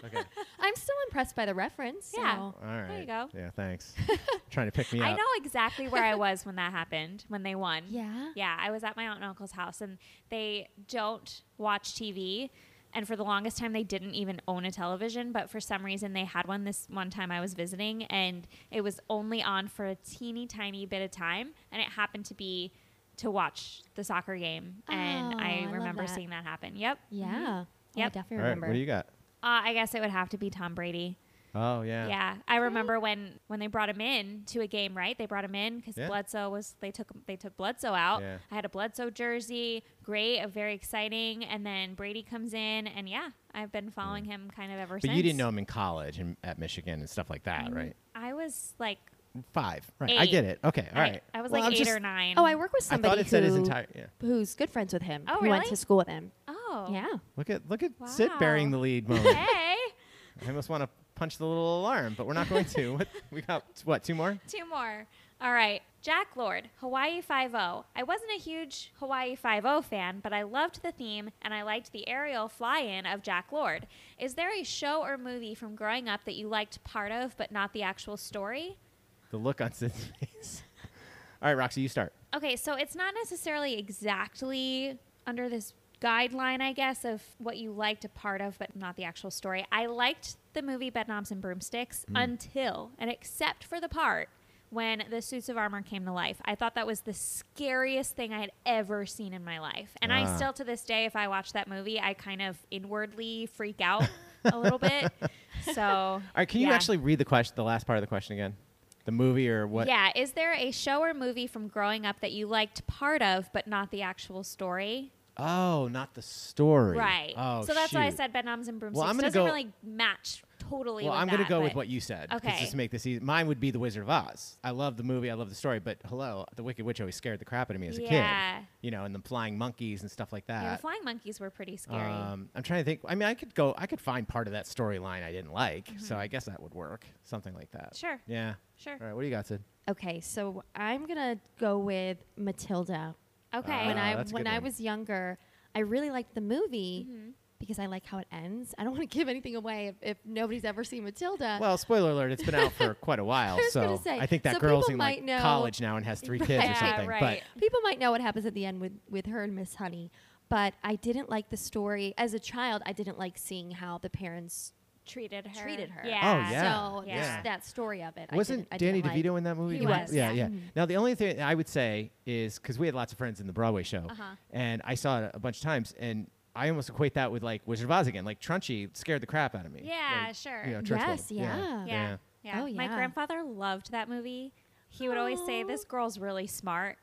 [SPEAKER 2] Okay.
[SPEAKER 5] I'm still impressed by the reference.
[SPEAKER 4] Yeah.
[SPEAKER 5] so-
[SPEAKER 2] All right.
[SPEAKER 4] you go.
[SPEAKER 2] Yeah, thanks. trying to pick me up.
[SPEAKER 4] I know exactly where I was when that happened, when they won.
[SPEAKER 5] Yeah?
[SPEAKER 4] Yeah, I was at my aunt and uncle's house, and they don't watch TV. And for the longest time, they didn't even own a television, but for some reason, they had one this one time I was visiting, and it was only on for a teeny tiny bit of time. And it happened to be to watch the soccer game. And
[SPEAKER 5] Oh, I
[SPEAKER 4] I
[SPEAKER 5] love
[SPEAKER 4] remember
[SPEAKER 5] that.
[SPEAKER 4] seeing that happen. Yep.
[SPEAKER 5] Yeah. Oh, I
[SPEAKER 4] Mm-hmm. Yep.
[SPEAKER 5] definitely
[SPEAKER 2] All right,
[SPEAKER 5] remember.
[SPEAKER 2] what do you got?
[SPEAKER 4] Uh, I guess it would have to be Tom Brady.
[SPEAKER 2] Oh, yeah.
[SPEAKER 4] Yeah, I remember when when they brought him in to a game. Right, they brought him in because
[SPEAKER 2] Yeah.
[SPEAKER 4] Bledsoe was they took they took Bledsoe out.
[SPEAKER 2] Yeah.
[SPEAKER 4] I had a Bledsoe jersey, great, uh, very exciting. And then Brady comes in, and yeah, I've been following him kind of ever
[SPEAKER 2] Mm. But
[SPEAKER 4] since. Mm-hmm.
[SPEAKER 2] you didn't know him in college and at Michigan and stuff like that, right?
[SPEAKER 4] I was like,
[SPEAKER 2] Five. Right. I get it. Okay. All
[SPEAKER 4] I-
[SPEAKER 2] right.
[SPEAKER 4] I, was
[SPEAKER 2] Well,
[SPEAKER 4] like
[SPEAKER 2] I'm
[SPEAKER 4] eight
[SPEAKER 2] just-
[SPEAKER 4] or nine.
[SPEAKER 5] Oh, I work with
[SPEAKER 2] I thought
[SPEAKER 5] somebody
[SPEAKER 2] it said his
[SPEAKER 5] who-
[SPEAKER 2] entire- yeah.
[SPEAKER 5] who's good friends with him.
[SPEAKER 4] Oh,
[SPEAKER 5] who went
[SPEAKER 4] really?
[SPEAKER 5] to school with him.
[SPEAKER 4] Oh,
[SPEAKER 5] Yeah.
[SPEAKER 2] Look at look at Sid
[SPEAKER 4] Wow.
[SPEAKER 2] bearing the lead moment.
[SPEAKER 4] Hey,
[SPEAKER 2] I almost want to punch the little alarm, but we're not going to. What, we got what two more?
[SPEAKER 4] two more. All right, Jack Lord, Hawaii Five O. I wasn't a huge Hawaii Five O fan, but I loved the theme and I liked the aerial fly-in of Jack Lord. Is there a show or movie from growing up that you liked part of but not the actual story?
[SPEAKER 2] The look on Sid's face. All right, Roxy, you start.
[SPEAKER 4] Okay, so it's not necessarily exactly under this guideline, I guess, of what you liked a part of, but not the actual story. I liked the movie Bedknobs and Broomsticks
[SPEAKER 2] Mm.
[SPEAKER 4] until and except for the part when the suits of armor came to life. I thought that was the scariest thing I had ever seen in my life. And I
[SPEAKER 2] Ah.
[SPEAKER 4] still, to this day, if I watch that movie, I kind of inwardly freak out a little bit. So, all
[SPEAKER 2] All right, can you actually read the question, the last part of the question again? The movie or what?
[SPEAKER 4] yeah, is there a show or movie from growing up that you liked part of but not the actual story?
[SPEAKER 2] Oh, not the story.
[SPEAKER 4] Right.
[SPEAKER 2] Oh,
[SPEAKER 4] so that's why I
[SPEAKER 2] shoot.
[SPEAKER 4] said bedknobs and broomsticks
[SPEAKER 2] Well, I'm gonna
[SPEAKER 4] doesn't
[SPEAKER 2] go-
[SPEAKER 4] really match totally.
[SPEAKER 2] Well,
[SPEAKER 4] with
[SPEAKER 2] I'm going to
[SPEAKER 4] that,
[SPEAKER 2] go with
[SPEAKER 4] but-
[SPEAKER 2] what you said. 'cause
[SPEAKER 4] Okay.
[SPEAKER 2] Just to make this easy. Mine would be The Wizard of Oz. I love the movie. I love the story. But hello, The Wicked Witch always scared the crap out of me as a
[SPEAKER 4] Yeah.
[SPEAKER 2] kid. You know, and the flying monkeys and stuff like
[SPEAKER 4] Yeah, the
[SPEAKER 2] that.
[SPEAKER 4] flying monkeys were pretty scary.
[SPEAKER 2] Um, I'm trying to think. I mean, I could go. I could find part of that storyline I didn't like. So I guess that would work. Something like that.
[SPEAKER 4] Mm-hmm. Sure.
[SPEAKER 2] Yeah.
[SPEAKER 4] Sure.
[SPEAKER 2] All right. What do you got, Sid?
[SPEAKER 5] Okay, so I'm gonna go with Matilda.
[SPEAKER 4] okay.
[SPEAKER 5] when
[SPEAKER 2] Ah,
[SPEAKER 5] I
[SPEAKER 2] that's a
[SPEAKER 5] when
[SPEAKER 2] good
[SPEAKER 5] I
[SPEAKER 2] one.
[SPEAKER 5] was younger, I really liked the movie because I like how it ends. I don't want to give anything away if, if nobody's ever seen
[SPEAKER 4] Uh,
[SPEAKER 5] Matilda.
[SPEAKER 2] Well, spoiler alert. It's been out for quite a while.
[SPEAKER 5] was gonna
[SPEAKER 2] so
[SPEAKER 5] say,
[SPEAKER 2] I think that
[SPEAKER 5] so
[SPEAKER 2] girl's
[SPEAKER 5] people
[SPEAKER 2] in like
[SPEAKER 5] might know-
[SPEAKER 2] college now and has three kids or
[SPEAKER 5] Right.
[SPEAKER 4] Yeah,
[SPEAKER 2] something.
[SPEAKER 4] right.
[SPEAKER 5] people might know what happens at the end with, with her and Miss Honey, but I didn't like the story. As a child, I didn't like seeing how the parents
[SPEAKER 4] treated her.
[SPEAKER 5] treated her.
[SPEAKER 4] Yeah.
[SPEAKER 2] Oh, yeah.
[SPEAKER 5] So
[SPEAKER 4] Yeah.
[SPEAKER 5] just that story of it. I
[SPEAKER 2] Wasn't
[SPEAKER 5] didn't- I
[SPEAKER 2] Danny
[SPEAKER 5] didn't like.
[SPEAKER 2] DeVito in that movie?
[SPEAKER 4] He was,
[SPEAKER 2] Yeah, yeah.
[SPEAKER 4] yeah.
[SPEAKER 5] Mm-hmm.
[SPEAKER 2] Now the only thing I would say is because we had lots of friends in the Broadway show,
[SPEAKER 5] Uh-huh.
[SPEAKER 2] and I saw it a bunch of times, and I almost equate that with like Wizard of Oz again. Like Trunchy scared the crap out of me.
[SPEAKER 4] Yeah,
[SPEAKER 2] Like,
[SPEAKER 4] sure.
[SPEAKER 2] you know, Trunch
[SPEAKER 5] Yes,
[SPEAKER 2] Level.
[SPEAKER 5] yeah.
[SPEAKER 4] Yeah. Yeah.
[SPEAKER 5] Oh,
[SPEAKER 4] My
[SPEAKER 5] yeah.
[SPEAKER 4] grandfather loved that movie. He would always say,
[SPEAKER 5] Aw.
[SPEAKER 4] This girl's really smart.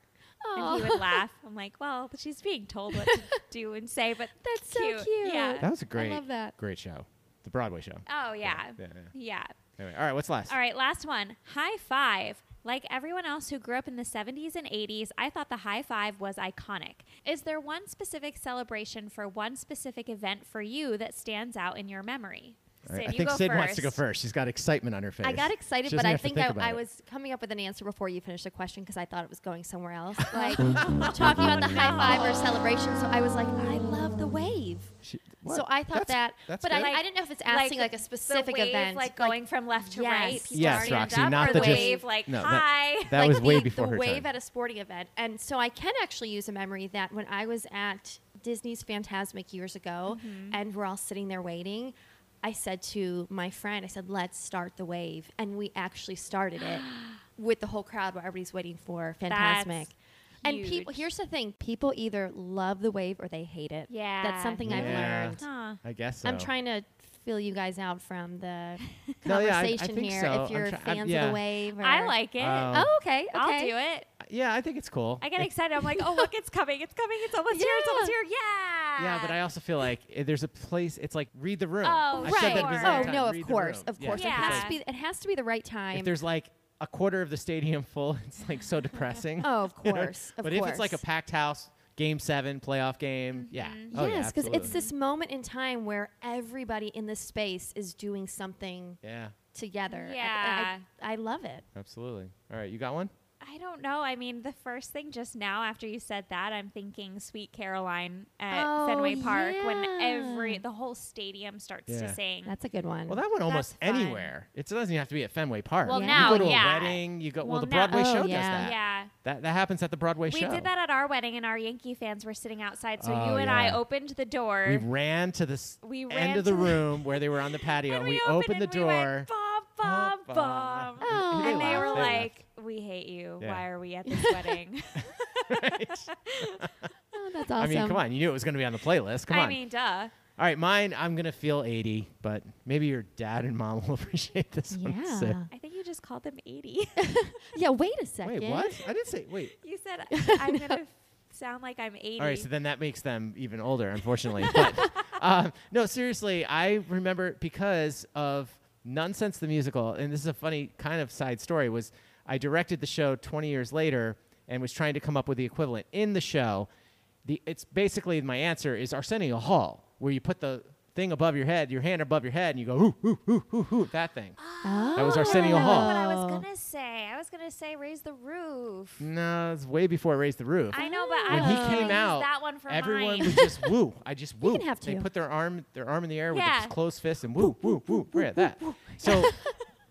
[SPEAKER 4] And
[SPEAKER 5] Aw.
[SPEAKER 4] he would laugh. I'm like, Well, she's being told what to do and say, but
[SPEAKER 5] That's so cute.
[SPEAKER 4] Yeah.
[SPEAKER 2] That was
[SPEAKER 5] I
[SPEAKER 2] a great,
[SPEAKER 5] love that.
[SPEAKER 2] great show. The Broadway show.
[SPEAKER 4] oh, yeah.
[SPEAKER 2] Yeah, yeah.
[SPEAKER 4] yeah.
[SPEAKER 2] Anyway, all right. What's last?
[SPEAKER 4] All right, last one. High five. Like everyone else who grew up in the 70s and 80s, I thought the high five was iconic. Is there one specific celebration for one specific event for you that stands out in your memory?
[SPEAKER 2] All right,
[SPEAKER 4] Sid,
[SPEAKER 2] I
[SPEAKER 4] you
[SPEAKER 2] think
[SPEAKER 4] go
[SPEAKER 2] Sid
[SPEAKER 4] first.
[SPEAKER 2] wants to go first. She's got excitement on her face.
[SPEAKER 5] I got excited,
[SPEAKER 2] She
[SPEAKER 5] but
[SPEAKER 2] doesn't
[SPEAKER 5] I
[SPEAKER 2] have to
[SPEAKER 5] think, I
[SPEAKER 2] about
[SPEAKER 5] I,
[SPEAKER 2] it.
[SPEAKER 5] was coming up with an answer before you finished the question because I thought it was going somewhere else. Like talking about the high five or celebration. So I was like, I love the wave.
[SPEAKER 2] She-
[SPEAKER 5] So
[SPEAKER 2] what?
[SPEAKER 5] I
[SPEAKER 2] That's-
[SPEAKER 5] thought that,
[SPEAKER 2] that's
[SPEAKER 5] but I,
[SPEAKER 2] good.
[SPEAKER 5] I didn't know if it's asking like, a
[SPEAKER 4] the
[SPEAKER 5] specific
[SPEAKER 4] wave,
[SPEAKER 5] event,
[SPEAKER 4] like going from left to
[SPEAKER 5] Yes.
[SPEAKER 4] right. People
[SPEAKER 2] Yes,
[SPEAKER 4] stand
[SPEAKER 2] Roxy,
[SPEAKER 4] up,
[SPEAKER 2] not
[SPEAKER 4] or
[SPEAKER 2] the
[SPEAKER 4] the
[SPEAKER 2] just-
[SPEAKER 4] wave, like
[SPEAKER 2] no,
[SPEAKER 4] hi.
[SPEAKER 2] that- that was
[SPEAKER 5] the,
[SPEAKER 2] way before
[SPEAKER 5] the
[SPEAKER 2] her
[SPEAKER 5] wave
[SPEAKER 2] time.
[SPEAKER 5] at a sporting event. And so I can actually use a memory that when I was at Disney's Fantasmic years ago,
[SPEAKER 4] Mm-hmm.
[SPEAKER 5] and we're all sitting there waiting. I said to my friend, I said, "Let's start the wave," and we actually started it with the whole crowd where everybody's waiting for Fantasmic. And people,
[SPEAKER 4] huge.
[SPEAKER 5] here's the thing: people either love the wave or they hate it.
[SPEAKER 4] Yeah.
[SPEAKER 5] that's something I've
[SPEAKER 2] Yeah.
[SPEAKER 5] learned.
[SPEAKER 4] Huh.
[SPEAKER 2] I guess so.
[SPEAKER 5] I'm trying to fill you guys out from the conversation
[SPEAKER 2] No, yeah, I- I think
[SPEAKER 5] here.
[SPEAKER 2] so.
[SPEAKER 5] If
[SPEAKER 2] I'm
[SPEAKER 5] you're
[SPEAKER 2] try- I'm-
[SPEAKER 5] fans of
[SPEAKER 2] yeah.
[SPEAKER 5] the wave, or,
[SPEAKER 4] I like it.
[SPEAKER 2] Um,
[SPEAKER 5] Oh, okay, okay.
[SPEAKER 4] I'll do it.
[SPEAKER 2] Yeah, I think it's cool.
[SPEAKER 4] I get
[SPEAKER 2] It-
[SPEAKER 4] excited. I'm like, oh look, it's coming! It's coming! It's almost here! It's
[SPEAKER 5] Yeah.
[SPEAKER 4] almost here! Yeah.
[SPEAKER 2] Yeah, but I also feel like eh, there's a place. It's like read the room.
[SPEAKER 4] Oh,
[SPEAKER 2] I said that a
[SPEAKER 4] right.
[SPEAKER 2] bazillion
[SPEAKER 5] Oh
[SPEAKER 2] times,
[SPEAKER 5] no,
[SPEAKER 2] read
[SPEAKER 5] of
[SPEAKER 2] the
[SPEAKER 5] course,
[SPEAKER 2] room.
[SPEAKER 5] of
[SPEAKER 2] Yeah.
[SPEAKER 5] course.
[SPEAKER 4] Yeah.
[SPEAKER 5] It has to be. It has to be the right
[SPEAKER 2] If
[SPEAKER 5] time.
[SPEAKER 2] there's like a quarter of the stadium full, it's like so depressing.
[SPEAKER 5] Oh, of
[SPEAKER 2] You know?
[SPEAKER 5] course, of
[SPEAKER 2] but if it's like a
[SPEAKER 5] course.
[SPEAKER 2] packed house, game seven, playoff game, yeah.
[SPEAKER 4] Mm-hmm.
[SPEAKER 2] Oh, yeah,
[SPEAKER 5] yes, because it's
[SPEAKER 2] absolutely.
[SPEAKER 5] this moment in time where everybody in this space is doing something
[SPEAKER 2] Yeah,
[SPEAKER 5] together. I-
[SPEAKER 4] Yeah.
[SPEAKER 5] I, I, love it.
[SPEAKER 2] absolutely. All right, you got one?
[SPEAKER 4] I don't know. I mean, the first thing just now after you said that, I'm thinking Sweet Caroline at
[SPEAKER 5] Oh,
[SPEAKER 4] Fenway Park when
[SPEAKER 5] yeah.
[SPEAKER 4] every the whole stadium starts
[SPEAKER 2] Yeah.
[SPEAKER 4] to sing.
[SPEAKER 5] That's a good one.
[SPEAKER 2] Well, that one almost
[SPEAKER 4] That's fun.
[SPEAKER 2] anywhere. It doesn't even have to be at Fenway Park.
[SPEAKER 4] Well,
[SPEAKER 5] Yeah.
[SPEAKER 4] now,
[SPEAKER 2] you go to
[SPEAKER 4] yeah.
[SPEAKER 2] a wedding. You go. Well,
[SPEAKER 4] Well,
[SPEAKER 2] the
[SPEAKER 4] now-
[SPEAKER 2] Broadway
[SPEAKER 5] Oh,
[SPEAKER 2] show does
[SPEAKER 5] yeah.
[SPEAKER 2] that.
[SPEAKER 4] yeah.
[SPEAKER 2] That that happens at the Broadway
[SPEAKER 4] We
[SPEAKER 2] show.
[SPEAKER 4] did that at our wedding, and our Yankee fans were sitting outside. So
[SPEAKER 2] Oh,
[SPEAKER 4] you and I
[SPEAKER 2] yeah.
[SPEAKER 4] opened the door.
[SPEAKER 2] We ran to the s-
[SPEAKER 4] We
[SPEAKER 2] end
[SPEAKER 4] ran
[SPEAKER 2] of the
[SPEAKER 4] to the-
[SPEAKER 2] room where they were on the patio,
[SPEAKER 4] and
[SPEAKER 2] and
[SPEAKER 4] we
[SPEAKER 2] opened the
[SPEAKER 4] and
[SPEAKER 2] door.
[SPEAKER 4] We went, bum, bum,
[SPEAKER 2] Bum,
[SPEAKER 4] bum.
[SPEAKER 2] bum.
[SPEAKER 5] Oh.
[SPEAKER 4] and they
[SPEAKER 2] laughed.
[SPEAKER 4] were
[SPEAKER 2] They
[SPEAKER 4] like, "We hate you.
[SPEAKER 2] Yeah.
[SPEAKER 4] Why are we at this wedding?"
[SPEAKER 5] oh, that's
[SPEAKER 2] I
[SPEAKER 5] awesome.
[SPEAKER 2] mean, come on. You knew it was going to be on the playlist. Come
[SPEAKER 4] I
[SPEAKER 2] on.
[SPEAKER 4] mean, duh.
[SPEAKER 2] All right, mine, I'm going to feel 80, but maybe your dad and mom will appreciate this one.
[SPEAKER 5] Yeah.
[SPEAKER 2] So.
[SPEAKER 4] I think you just called them 80.
[SPEAKER 5] Yeah. Wait a second.
[SPEAKER 2] Wait, what? I didn't say, wait.
[SPEAKER 4] you said I'm gonna sound like I'm 80.
[SPEAKER 2] All right, so then that makes them even older, unfortunately. but um, no, seriously, I remember because of Nonsense the Musical, and this is a funny kind of side story, was I directed the show 20 years later and was trying to come up with the equivalent in the show. The, it's basically my answer is Arsenio Hall, where you put the thing above your head, your hand above your head, and you go, ooh, ooh, ooh, ooh, ooh, that thing. That was Arsenio
[SPEAKER 4] That's
[SPEAKER 2] Hall.
[SPEAKER 4] what I was gonna say. I was gonna say raise the roof.
[SPEAKER 2] No, it's way before Raise the Roof.
[SPEAKER 4] I know, but I
[SPEAKER 2] Mm. when
[SPEAKER 4] was gonna
[SPEAKER 2] he came
[SPEAKER 4] use
[SPEAKER 2] out,
[SPEAKER 4] that one for
[SPEAKER 2] everyone
[SPEAKER 4] mine.
[SPEAKER 2] would just woo. I just woo.
[SPEAKER 5] have
[SPEAKER 2] They
[SPEAKER 5] to.
[SPEAKER 2] put their arm, their arm in the air
[SPEAKER 4] Yeah.
[SPEAKER 2] with a closed fist and woo, woo, woo. We're at that. So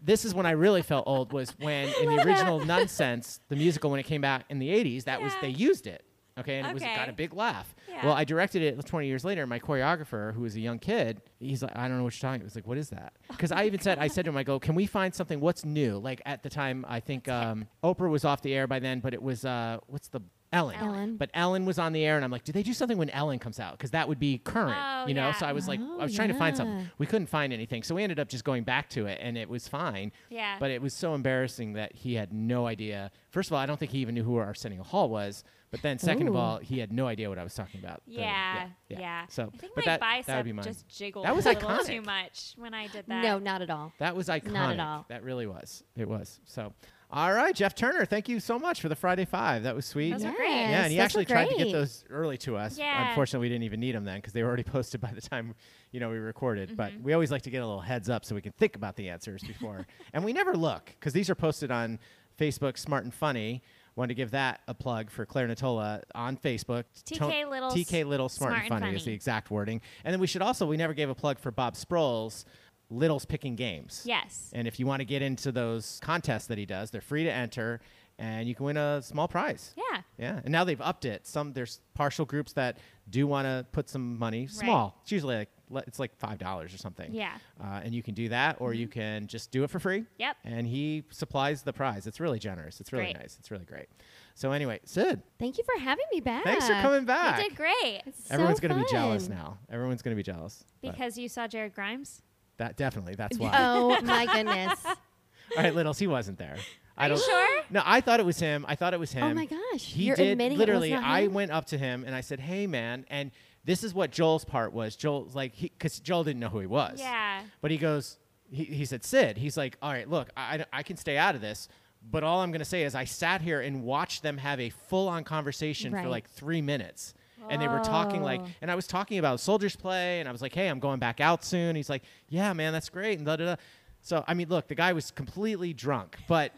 [SPEAKER 2] this is when I really felt old was when in the original Nonsense, the musical when it came out in the 80s, that was
[SPEAKER 4] Yeah.
[SPEAKER 2] they used it. Okay, and it was got
[SPEAKER 4] Okay.
[SPEAKER 2] a big laugh.
[SPEAKER 4] Yeah.
[SPEAKER 2] Well, I directed it 20 years later. and My choreographer, who was a young kid, he's like, I don't know what you're talking. about. It's like, what is that? Because I even said, I said to him, I go, can we find something? What's new? Like at the time, I think um, Oprah was off the air by then, but it was uh, what's the Ellen.
[SPEAKER 5] Ellen.
[SPEAKER 2] But Ellen was on the air, and I'm like, did they do something when Ellen comes out? Because that would be current,
[SPEAKER 4] Oh,
[SPEAKER 2] you know.
[SPEAKER 4] yeah.
[SPEAKER 2] So I was like,
[SPEAKER 5] Oh,
[SPEAKER 2] I was trying to find
[SPEAKER 5] yeah.
[SPEAKER 2] something. We couldn't find anything, so we ended up just going back to it, and it was fine.
[SPEAKER 4] Yeah.
[SPEAKER 2] But it was so embarrassing that he had no idea. First of all, I don't think he even knew who Arsenio Hall was. But then, second of
[SPEAKER 5] Ooh.
[SPEAKER 2] all, he had no idea what I was talking about. The-
[SPEAKER 4] Yeah, yeah,
[SPEAKER 2] So,
[SPEAKER 4] I think
[SPEAKER 2] but
[SPEAKER 4] my
[SPEAKER 2] that,
[SPEAKER 4] bicep
[SPEAKER 2] that would be mine.
[SPEAKER 4] just jiggled
[SPEAKER 2] That was
[SPEAKER 4] a little
[SPEAKER 2] iconic.
[SPEAKER 4] too much when I did that.
[SPEAKER 5] No, not at all.
[SPEAKER 2] That was iconic.
[SPEAKER 5] Not at all.
[SPEAKER 2] That really was. It was. So, all right, Jeff Turner, thank you so much for the Friday Five. That was sweet.
[SPEAKER 4] Those
[SPEAKER 5] yes,
[SPEAKER 4] were great.
[SPEAKER 2] Yeah, and he
[SPEAKER 5] those were
[SPEAKER 2] actually tried to get
[SPEAKER 5] great.
[SPEAKER 2] those early to us.
[SPEAKER 4] Yeah.
[SPEAKER 2] Unfortunately, we didn't even need them then because they were already posted by the time you know we recorded. But we always like to get a little heads up so we can think about the answers before, and we never look because these are posted on Facebook, Smart and Funny. Wanted to give that a plug for Claire Natola on Facebook.
[SPEAKER 4] TK
[SPEAKER 2] Ton-
[SPEAKER 4] Little's
[SPEAKER 2] TK Little Smart, and, funny is the exact wording. And then we should also we never gave a plug for Bob Sproul's Little's Picking Games.
[SPEAKER 4] Yes.
[SPEAKER 2] And if you want to get into those contests that he does, they're free to enter, and you can win a small prize.
[SPEAKER 4] Yeah.
[SPEAKER 2] Yeah, and now they've upped it. Some there's partial groups that do want to put some money, small. It's usually like le- it's like five dollars or something.
[SPEAKER 4] Yeah. Mm-hmm.
[SPEAKER 2] uh, and you can do that, or you can just do it for free.
[SPEAKER 4] Yep.
[SPEAKER 2] And he supplies the prize. It's really generous. It's really
[SPEAKER 4] Great.
[SPEAKER 2] nice. It's really great. So anyway, Sid,
[SPEAKER 5] Thank you for having me back.
[SPEAKER 2] thanks for coming back.
[SPEAKER 4] You did great
[SPEAKER 5] It's so
[SPEAKER 2] Everyone's gonna be
[SPEAKER 5] fun.
[SPEAKER 2] jealous now. Everyone's gonna be jealous. but
[SPEAKER 4] because you saw Jared Grimes.
[SPEAKER 2] that definitely. That's why.
[SPEAKER 5] Oh my goodness.
[SPEAKER 2] All right, Littles, he wasn't there. I
[SPEAKER 4] Are you
[SPEAKER 2] don't.
[SPEAKER 4] sure?
[SPEAKER 2] No, I thought it was him. I thought it was him.
[SPEAKER 5] Oh my gosh,
[SPEAKER 2] He
[SPEAKER 5] you're
[SPEAKER 2] did
[SPEAKER 5] admitting it was
[SPEAKER 2] literally.
[SPEAKER 5] not
[SPEAKER 2] I
[SPEAKER 5] him?
[SPEAKER 2] went up to him and I said, "Hey, man," and this is what Joel's part was. Joel, like, because Joel didn't know who he was.
[SPEAKER 4] Yeah.
[SPEAKER 2] But he goes, he, he said, "Sid." He's like, "All right, look, I, I can stay out of this." But all I'm going to say is I sat here and watched them have a full-on conversation
[SPEAKER 5] Right.
[SPEAKER 2] for like three minutes. And they were talking like, and I was talking about soldiers play, and I was like, "Hey, I'm going back out soon." He's like, "Yeah, man, that's great." And da da da. So I mean, look, the guy was completely drunk, but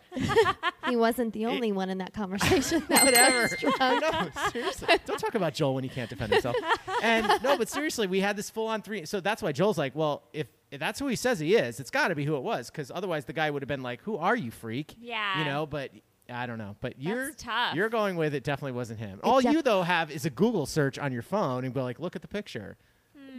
[SPEAKER 5] He wasn't the only one in that conversation. That
[SPEAKER 2] whatever.
[SPEAKER 5] Was drunk.
[SPEAKER 2] no, seriously. Don't talk about Joel when he can't defend himself. And no, but seriously, we had this full on three. So that's why Joel's like, well, if, if that's who he says he is, it's got to be who it was, because otherwise the guy would have been like, who are you, freak?
[SPEAKER 4] Yeah.
[SPEAKER 2] You know, but. I don't know, but you're
[SPEAKER 4] tough.
[SPEAKER 2] you're going with it. Definitely wasn't him. All
[SPEAKER 5] def-
[SPEAKER 2] you though have is a Google search on your phone and be like, look at the picture.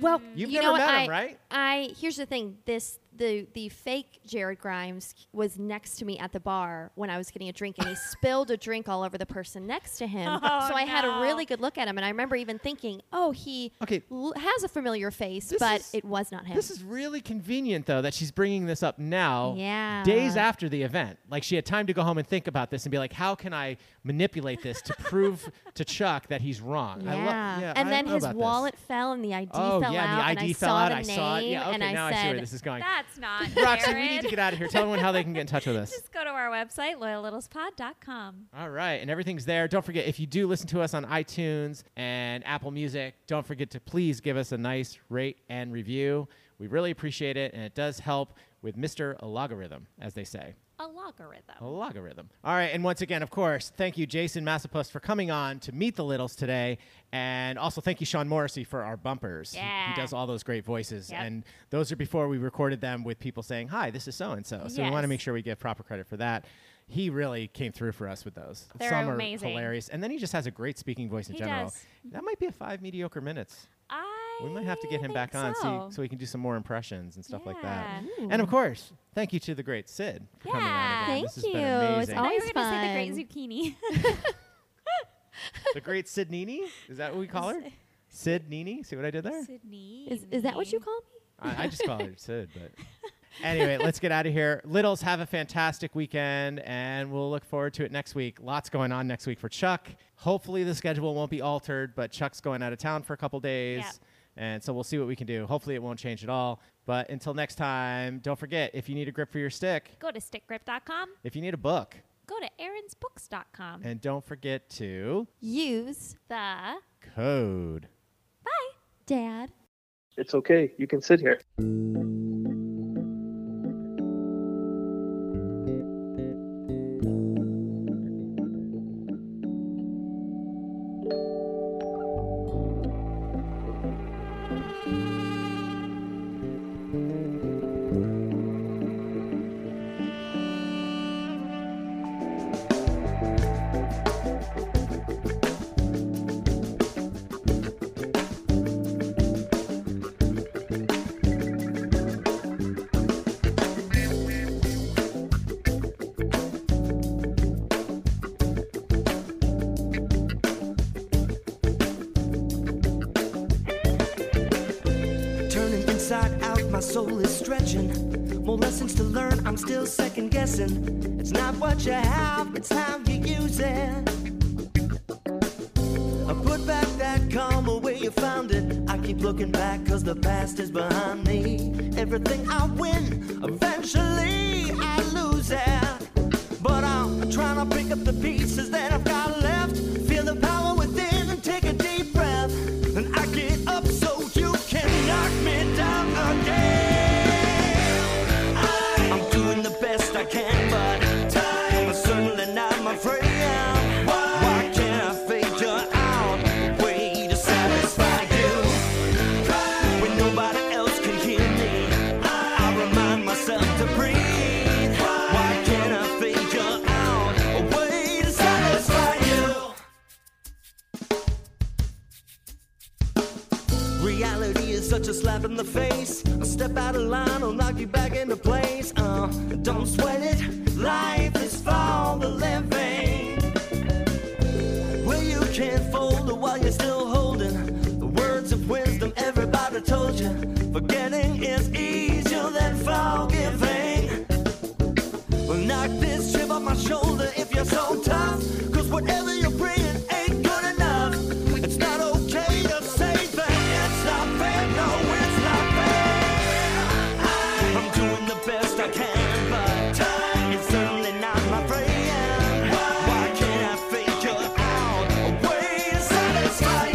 [SPEAKER 5] Well,
[SPEAKER 2] You've
[SPEAKER 5] you
[SPEAKER 2] never
[SPEAKER 5] know what?
[SPEAKER 2] met him,
[SPEAKER 5] I,
[SPEAKER 2] right?
[SPEAKER 5] I here's the thing. This the the fake Jared Grimes was next to me at the bar when I was getting a drink, and he spilled a drink all over the person next to him.
[SPEAKER 4] Oh,
[SPEAKER 5] so I had
[SPEAKER 4] no.
[SPEAKER 5] a really good look at him, and I remember even thinking, "Oh, he
[SPEAKER 2] Okay.
[SPEAKER 5] l- has a familiar face,
[SPEAKER 2] This
[SPEAKER 5] but
[SPEAKER 2] is-
[SPEAKER 5] it was not him."
[SPEAKER 2] This is really convenient though that she's bringing this up now,
[SPEAKER 5] Yeah.
[SPEAKER 2] days after the event. Like she had time to go home and think about this and be like, how can I manipulate this to prove to Chuck that he's wrong?
[SPEAKER 5] yeah.
[SPEAKER 2] I lo- yeah,
[SPEAKER 5] and
[SPEAKER 2] I
[SPEAKER 5] then
[SPEAKER 2] know
[SPEAKER 5] his
[SPEAKER 2] about this.
[SPEAKER 5] wallet fell, and the ID
[SPEAKER 2] Oh
[SPEAKER 5] fell
[SPEAKER 2] yeah,
[SPEAKER 5] out,
[SPEAKER 2] and the ID
[SPEAKER 5] and I
[SPEAKER 2] fell
[SPEAKER 5] saw
[SPEAKER 2] out.
[SPEAKER 5] the
[SPEAKER 2] I
[SPEAKER 5] name,
[SPEAKER 2] saw it. Yeah, okay,
[SPEAKER 5] and I
[SPEAKER 2] now
[SPEAKER 5] said,
[SPEAKER 2] I see where this is going.
[SPEAKER 4] That's not
[SPEAKER 2] Roxy,
[SPEAKER 4] Jared.
[SPEAKER 2] we need to get out of here. Tell everyone how they can get in touch with us.
[SPEAKER 4] Just go to our website, loyallittlespod.com.
[SPEAKER 2] All right, and everything's there. Don't forget if you do listen to us on iTunes and Apple Music, don't forget to please give us a nice rate and review. We really appreciate it, and it does help with Mr. Logarithm, as they say.
[SPEAKER 4] A logarithm.
[SPEAKER 2] A logarithm. All right, and once again, of course, thank you, Jason Massapus, for coming on to meet the Littles today, and also thank you, Sean Morrissey, for our bumpers. He- He,
[SPEAKER 4] Yeah.
[SPEAKER 2] does all those great voices,
[SPEAKER 4] Yep.
[SPEAKER 2] and those are before we recorded them with people saying, "Hi, this is so and so." So we want to
[SPEAKER 4] Yes.
[SPEAKER 2] make sure we give proper credit for that. He really came through for us with those.
[SPEAKER 4] They're
[SPEAKER 2] Some are
[SPEAKER 4] amazing.
[SPEAKER 2] hilarious, and then he just has a great speaking voice in
[SPEAKER 4] He
[SPEAKER 2] general.
[SPEAKER 4] does.
[SPEAKER 2] That might be a five mediocre minutes.
[SPEAKER 4] I
[SPEAKER 2] Oh, We might have to get him
[SPEAKER 4] think
[SPEAKER 2] back on so
[SPEAKER 4] so.
[SPEAKER 2] he, so he can do some more impressions and stuff like that.
[SPEAKER 4] Yeah.
[SPEAKER 2] And of course, thank you to the great Sid for coming on.
[SPEAKER 4] Yeah.
[SPEAKER 2] again.
[SPEAKER 5] Thank
[SPEAKER 2] This has been
[SPEAKER 5] you. It's
[SPEAKER 2] amazing.
[SPEAKER 4] I thought you
[SPEAKER 5] Always
[SPEAKER 4] were going to say the great zucchini.
[SPEAKER 2] the great Sid Nini? Is that what we call her? Sid Nini? See what I did there?
[SPEAKER 4] Sydney.
[SPEAKER 5] is, "Is that what you call me?"
[SPEAKER 2] I, I just call her Sid, but anyway, let's get out of here. Littles, have a fantastic weekend, and we'll look forward to it next week. Lots going on next week for Chuck. Hopefully, the schedule won't be altered, but Chuck's going out of town for a couple days.
[SPEAKER 4] Yep.
[SPEAKER 2] And so we'll see what we can do. Hopefully, it won't change at all. But until next time, don't forget if you need a grip for your stick,
[SPEAKER 4] Go to stickgrip.com.
[SPEAKER 2] if you need a book,
[SPEAKER 4] Go to aaronsbooks.com.
[SPEAKER 2] and don't forget to
[SPEAKER 5] Use
[SPEAKER 4] the
[SPEAKER 2] code.
[SPEAKER 4] bye.
[SPEAKER 5] dad.
[SPEAKER 8] It's okay. You can sit here.
[SPEAKER 7] inside out, my soul is stretching. More lessons to learn, I'm still second guessing. It's not what you have, it's how you use it. I put back that karma where you found it. I keep looking back cause the past is behind me. Everything I win, eventually I lose it. But I'm trying to pick up the pieces that I've got left. Feel the power within and take a deep breath. And I get up so you can knock me down again. I'm doing the best I can, but time is certainly not my friend. Why can't I figure out a way to satisfy you? When nobody else can hear me, I remind myself to breathe. Why can't I figure out a way to satisfy you? Reality is such a slap in the face. A step out of line will knock you back into place. Uh, don't sweat it. Life is for the living. Well, you can't fold it while you're still holding the words of wisdom everybody told you. Forgetting is easier than forgiving. Well, knock this chip off my shoulder if you're so tough. Cause whatever you're bringing ain't good enough. It's not okay to say that it's not fair. No, it's not fair. I'm doing the best I can, but time is certainly not my friend. Why can't I figure out a way to satisfy you?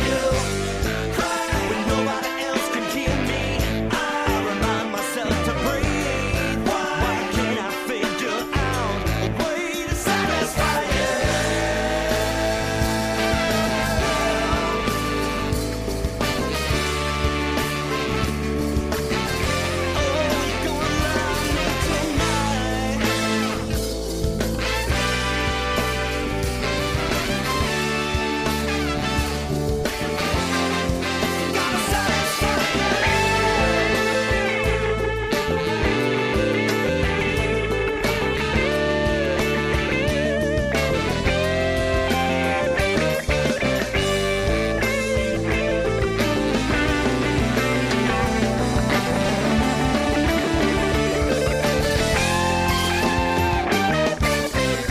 [SPEAKER 7] When nobody else can hear me, I remind myself to breathe. Why can't I figure out a way to satisfy you? Oh, you're gonna love me tonight. Gotta satisfy you.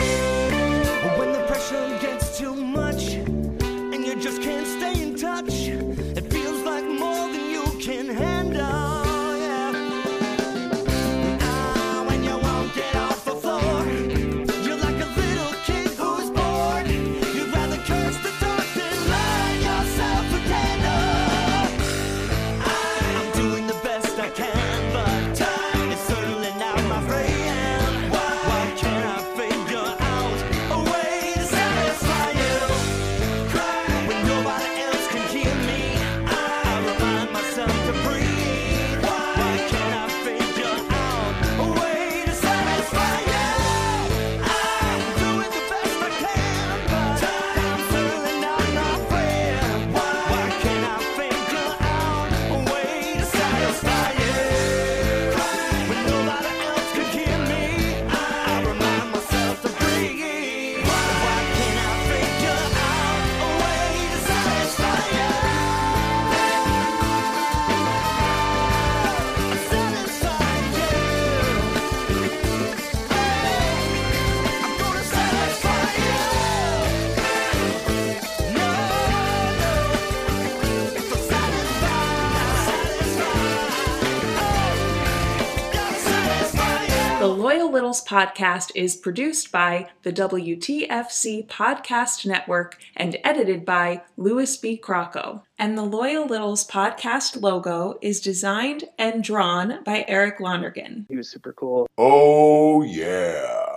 [SPEAKER 7] When the pressure gets too much and you just can't stay in touch, it feels like more than you can handle. Yeah. Ah, when you won't get off the floor, you're like a little kid who's bored. You'd rather curse the dark than lie yourself a candle. I'm doing the best I can, but time is certainly not my friend. Why, why can't I figure out a way to satisfy you? Cry when nobody else can hear me. I remind myself to breathe. Why, why can't I figure out a way to satisfy you? I'm doing the best I can, but time's certainly not my friend. Why, why can't I figure out a way to satisfy you? When nobody else could hear me, I remind myself to breathe. Why, why can't I figure out a way to satisfy you? Satisfy you. I'm gonna satisfy you. No, no, it's a satisfy, gotta satisfy you.
[SPEAKER 1] The Loyal Littles podcast is produced by the WTFC Podcast Network and edited by Louis B. Crocco. And the Loyal Littles podcast logo is designed and drawn by Eric Lonergan.
[SPEAKER 8] He was super cool.
[SPEAKER 9] Oh, yeah.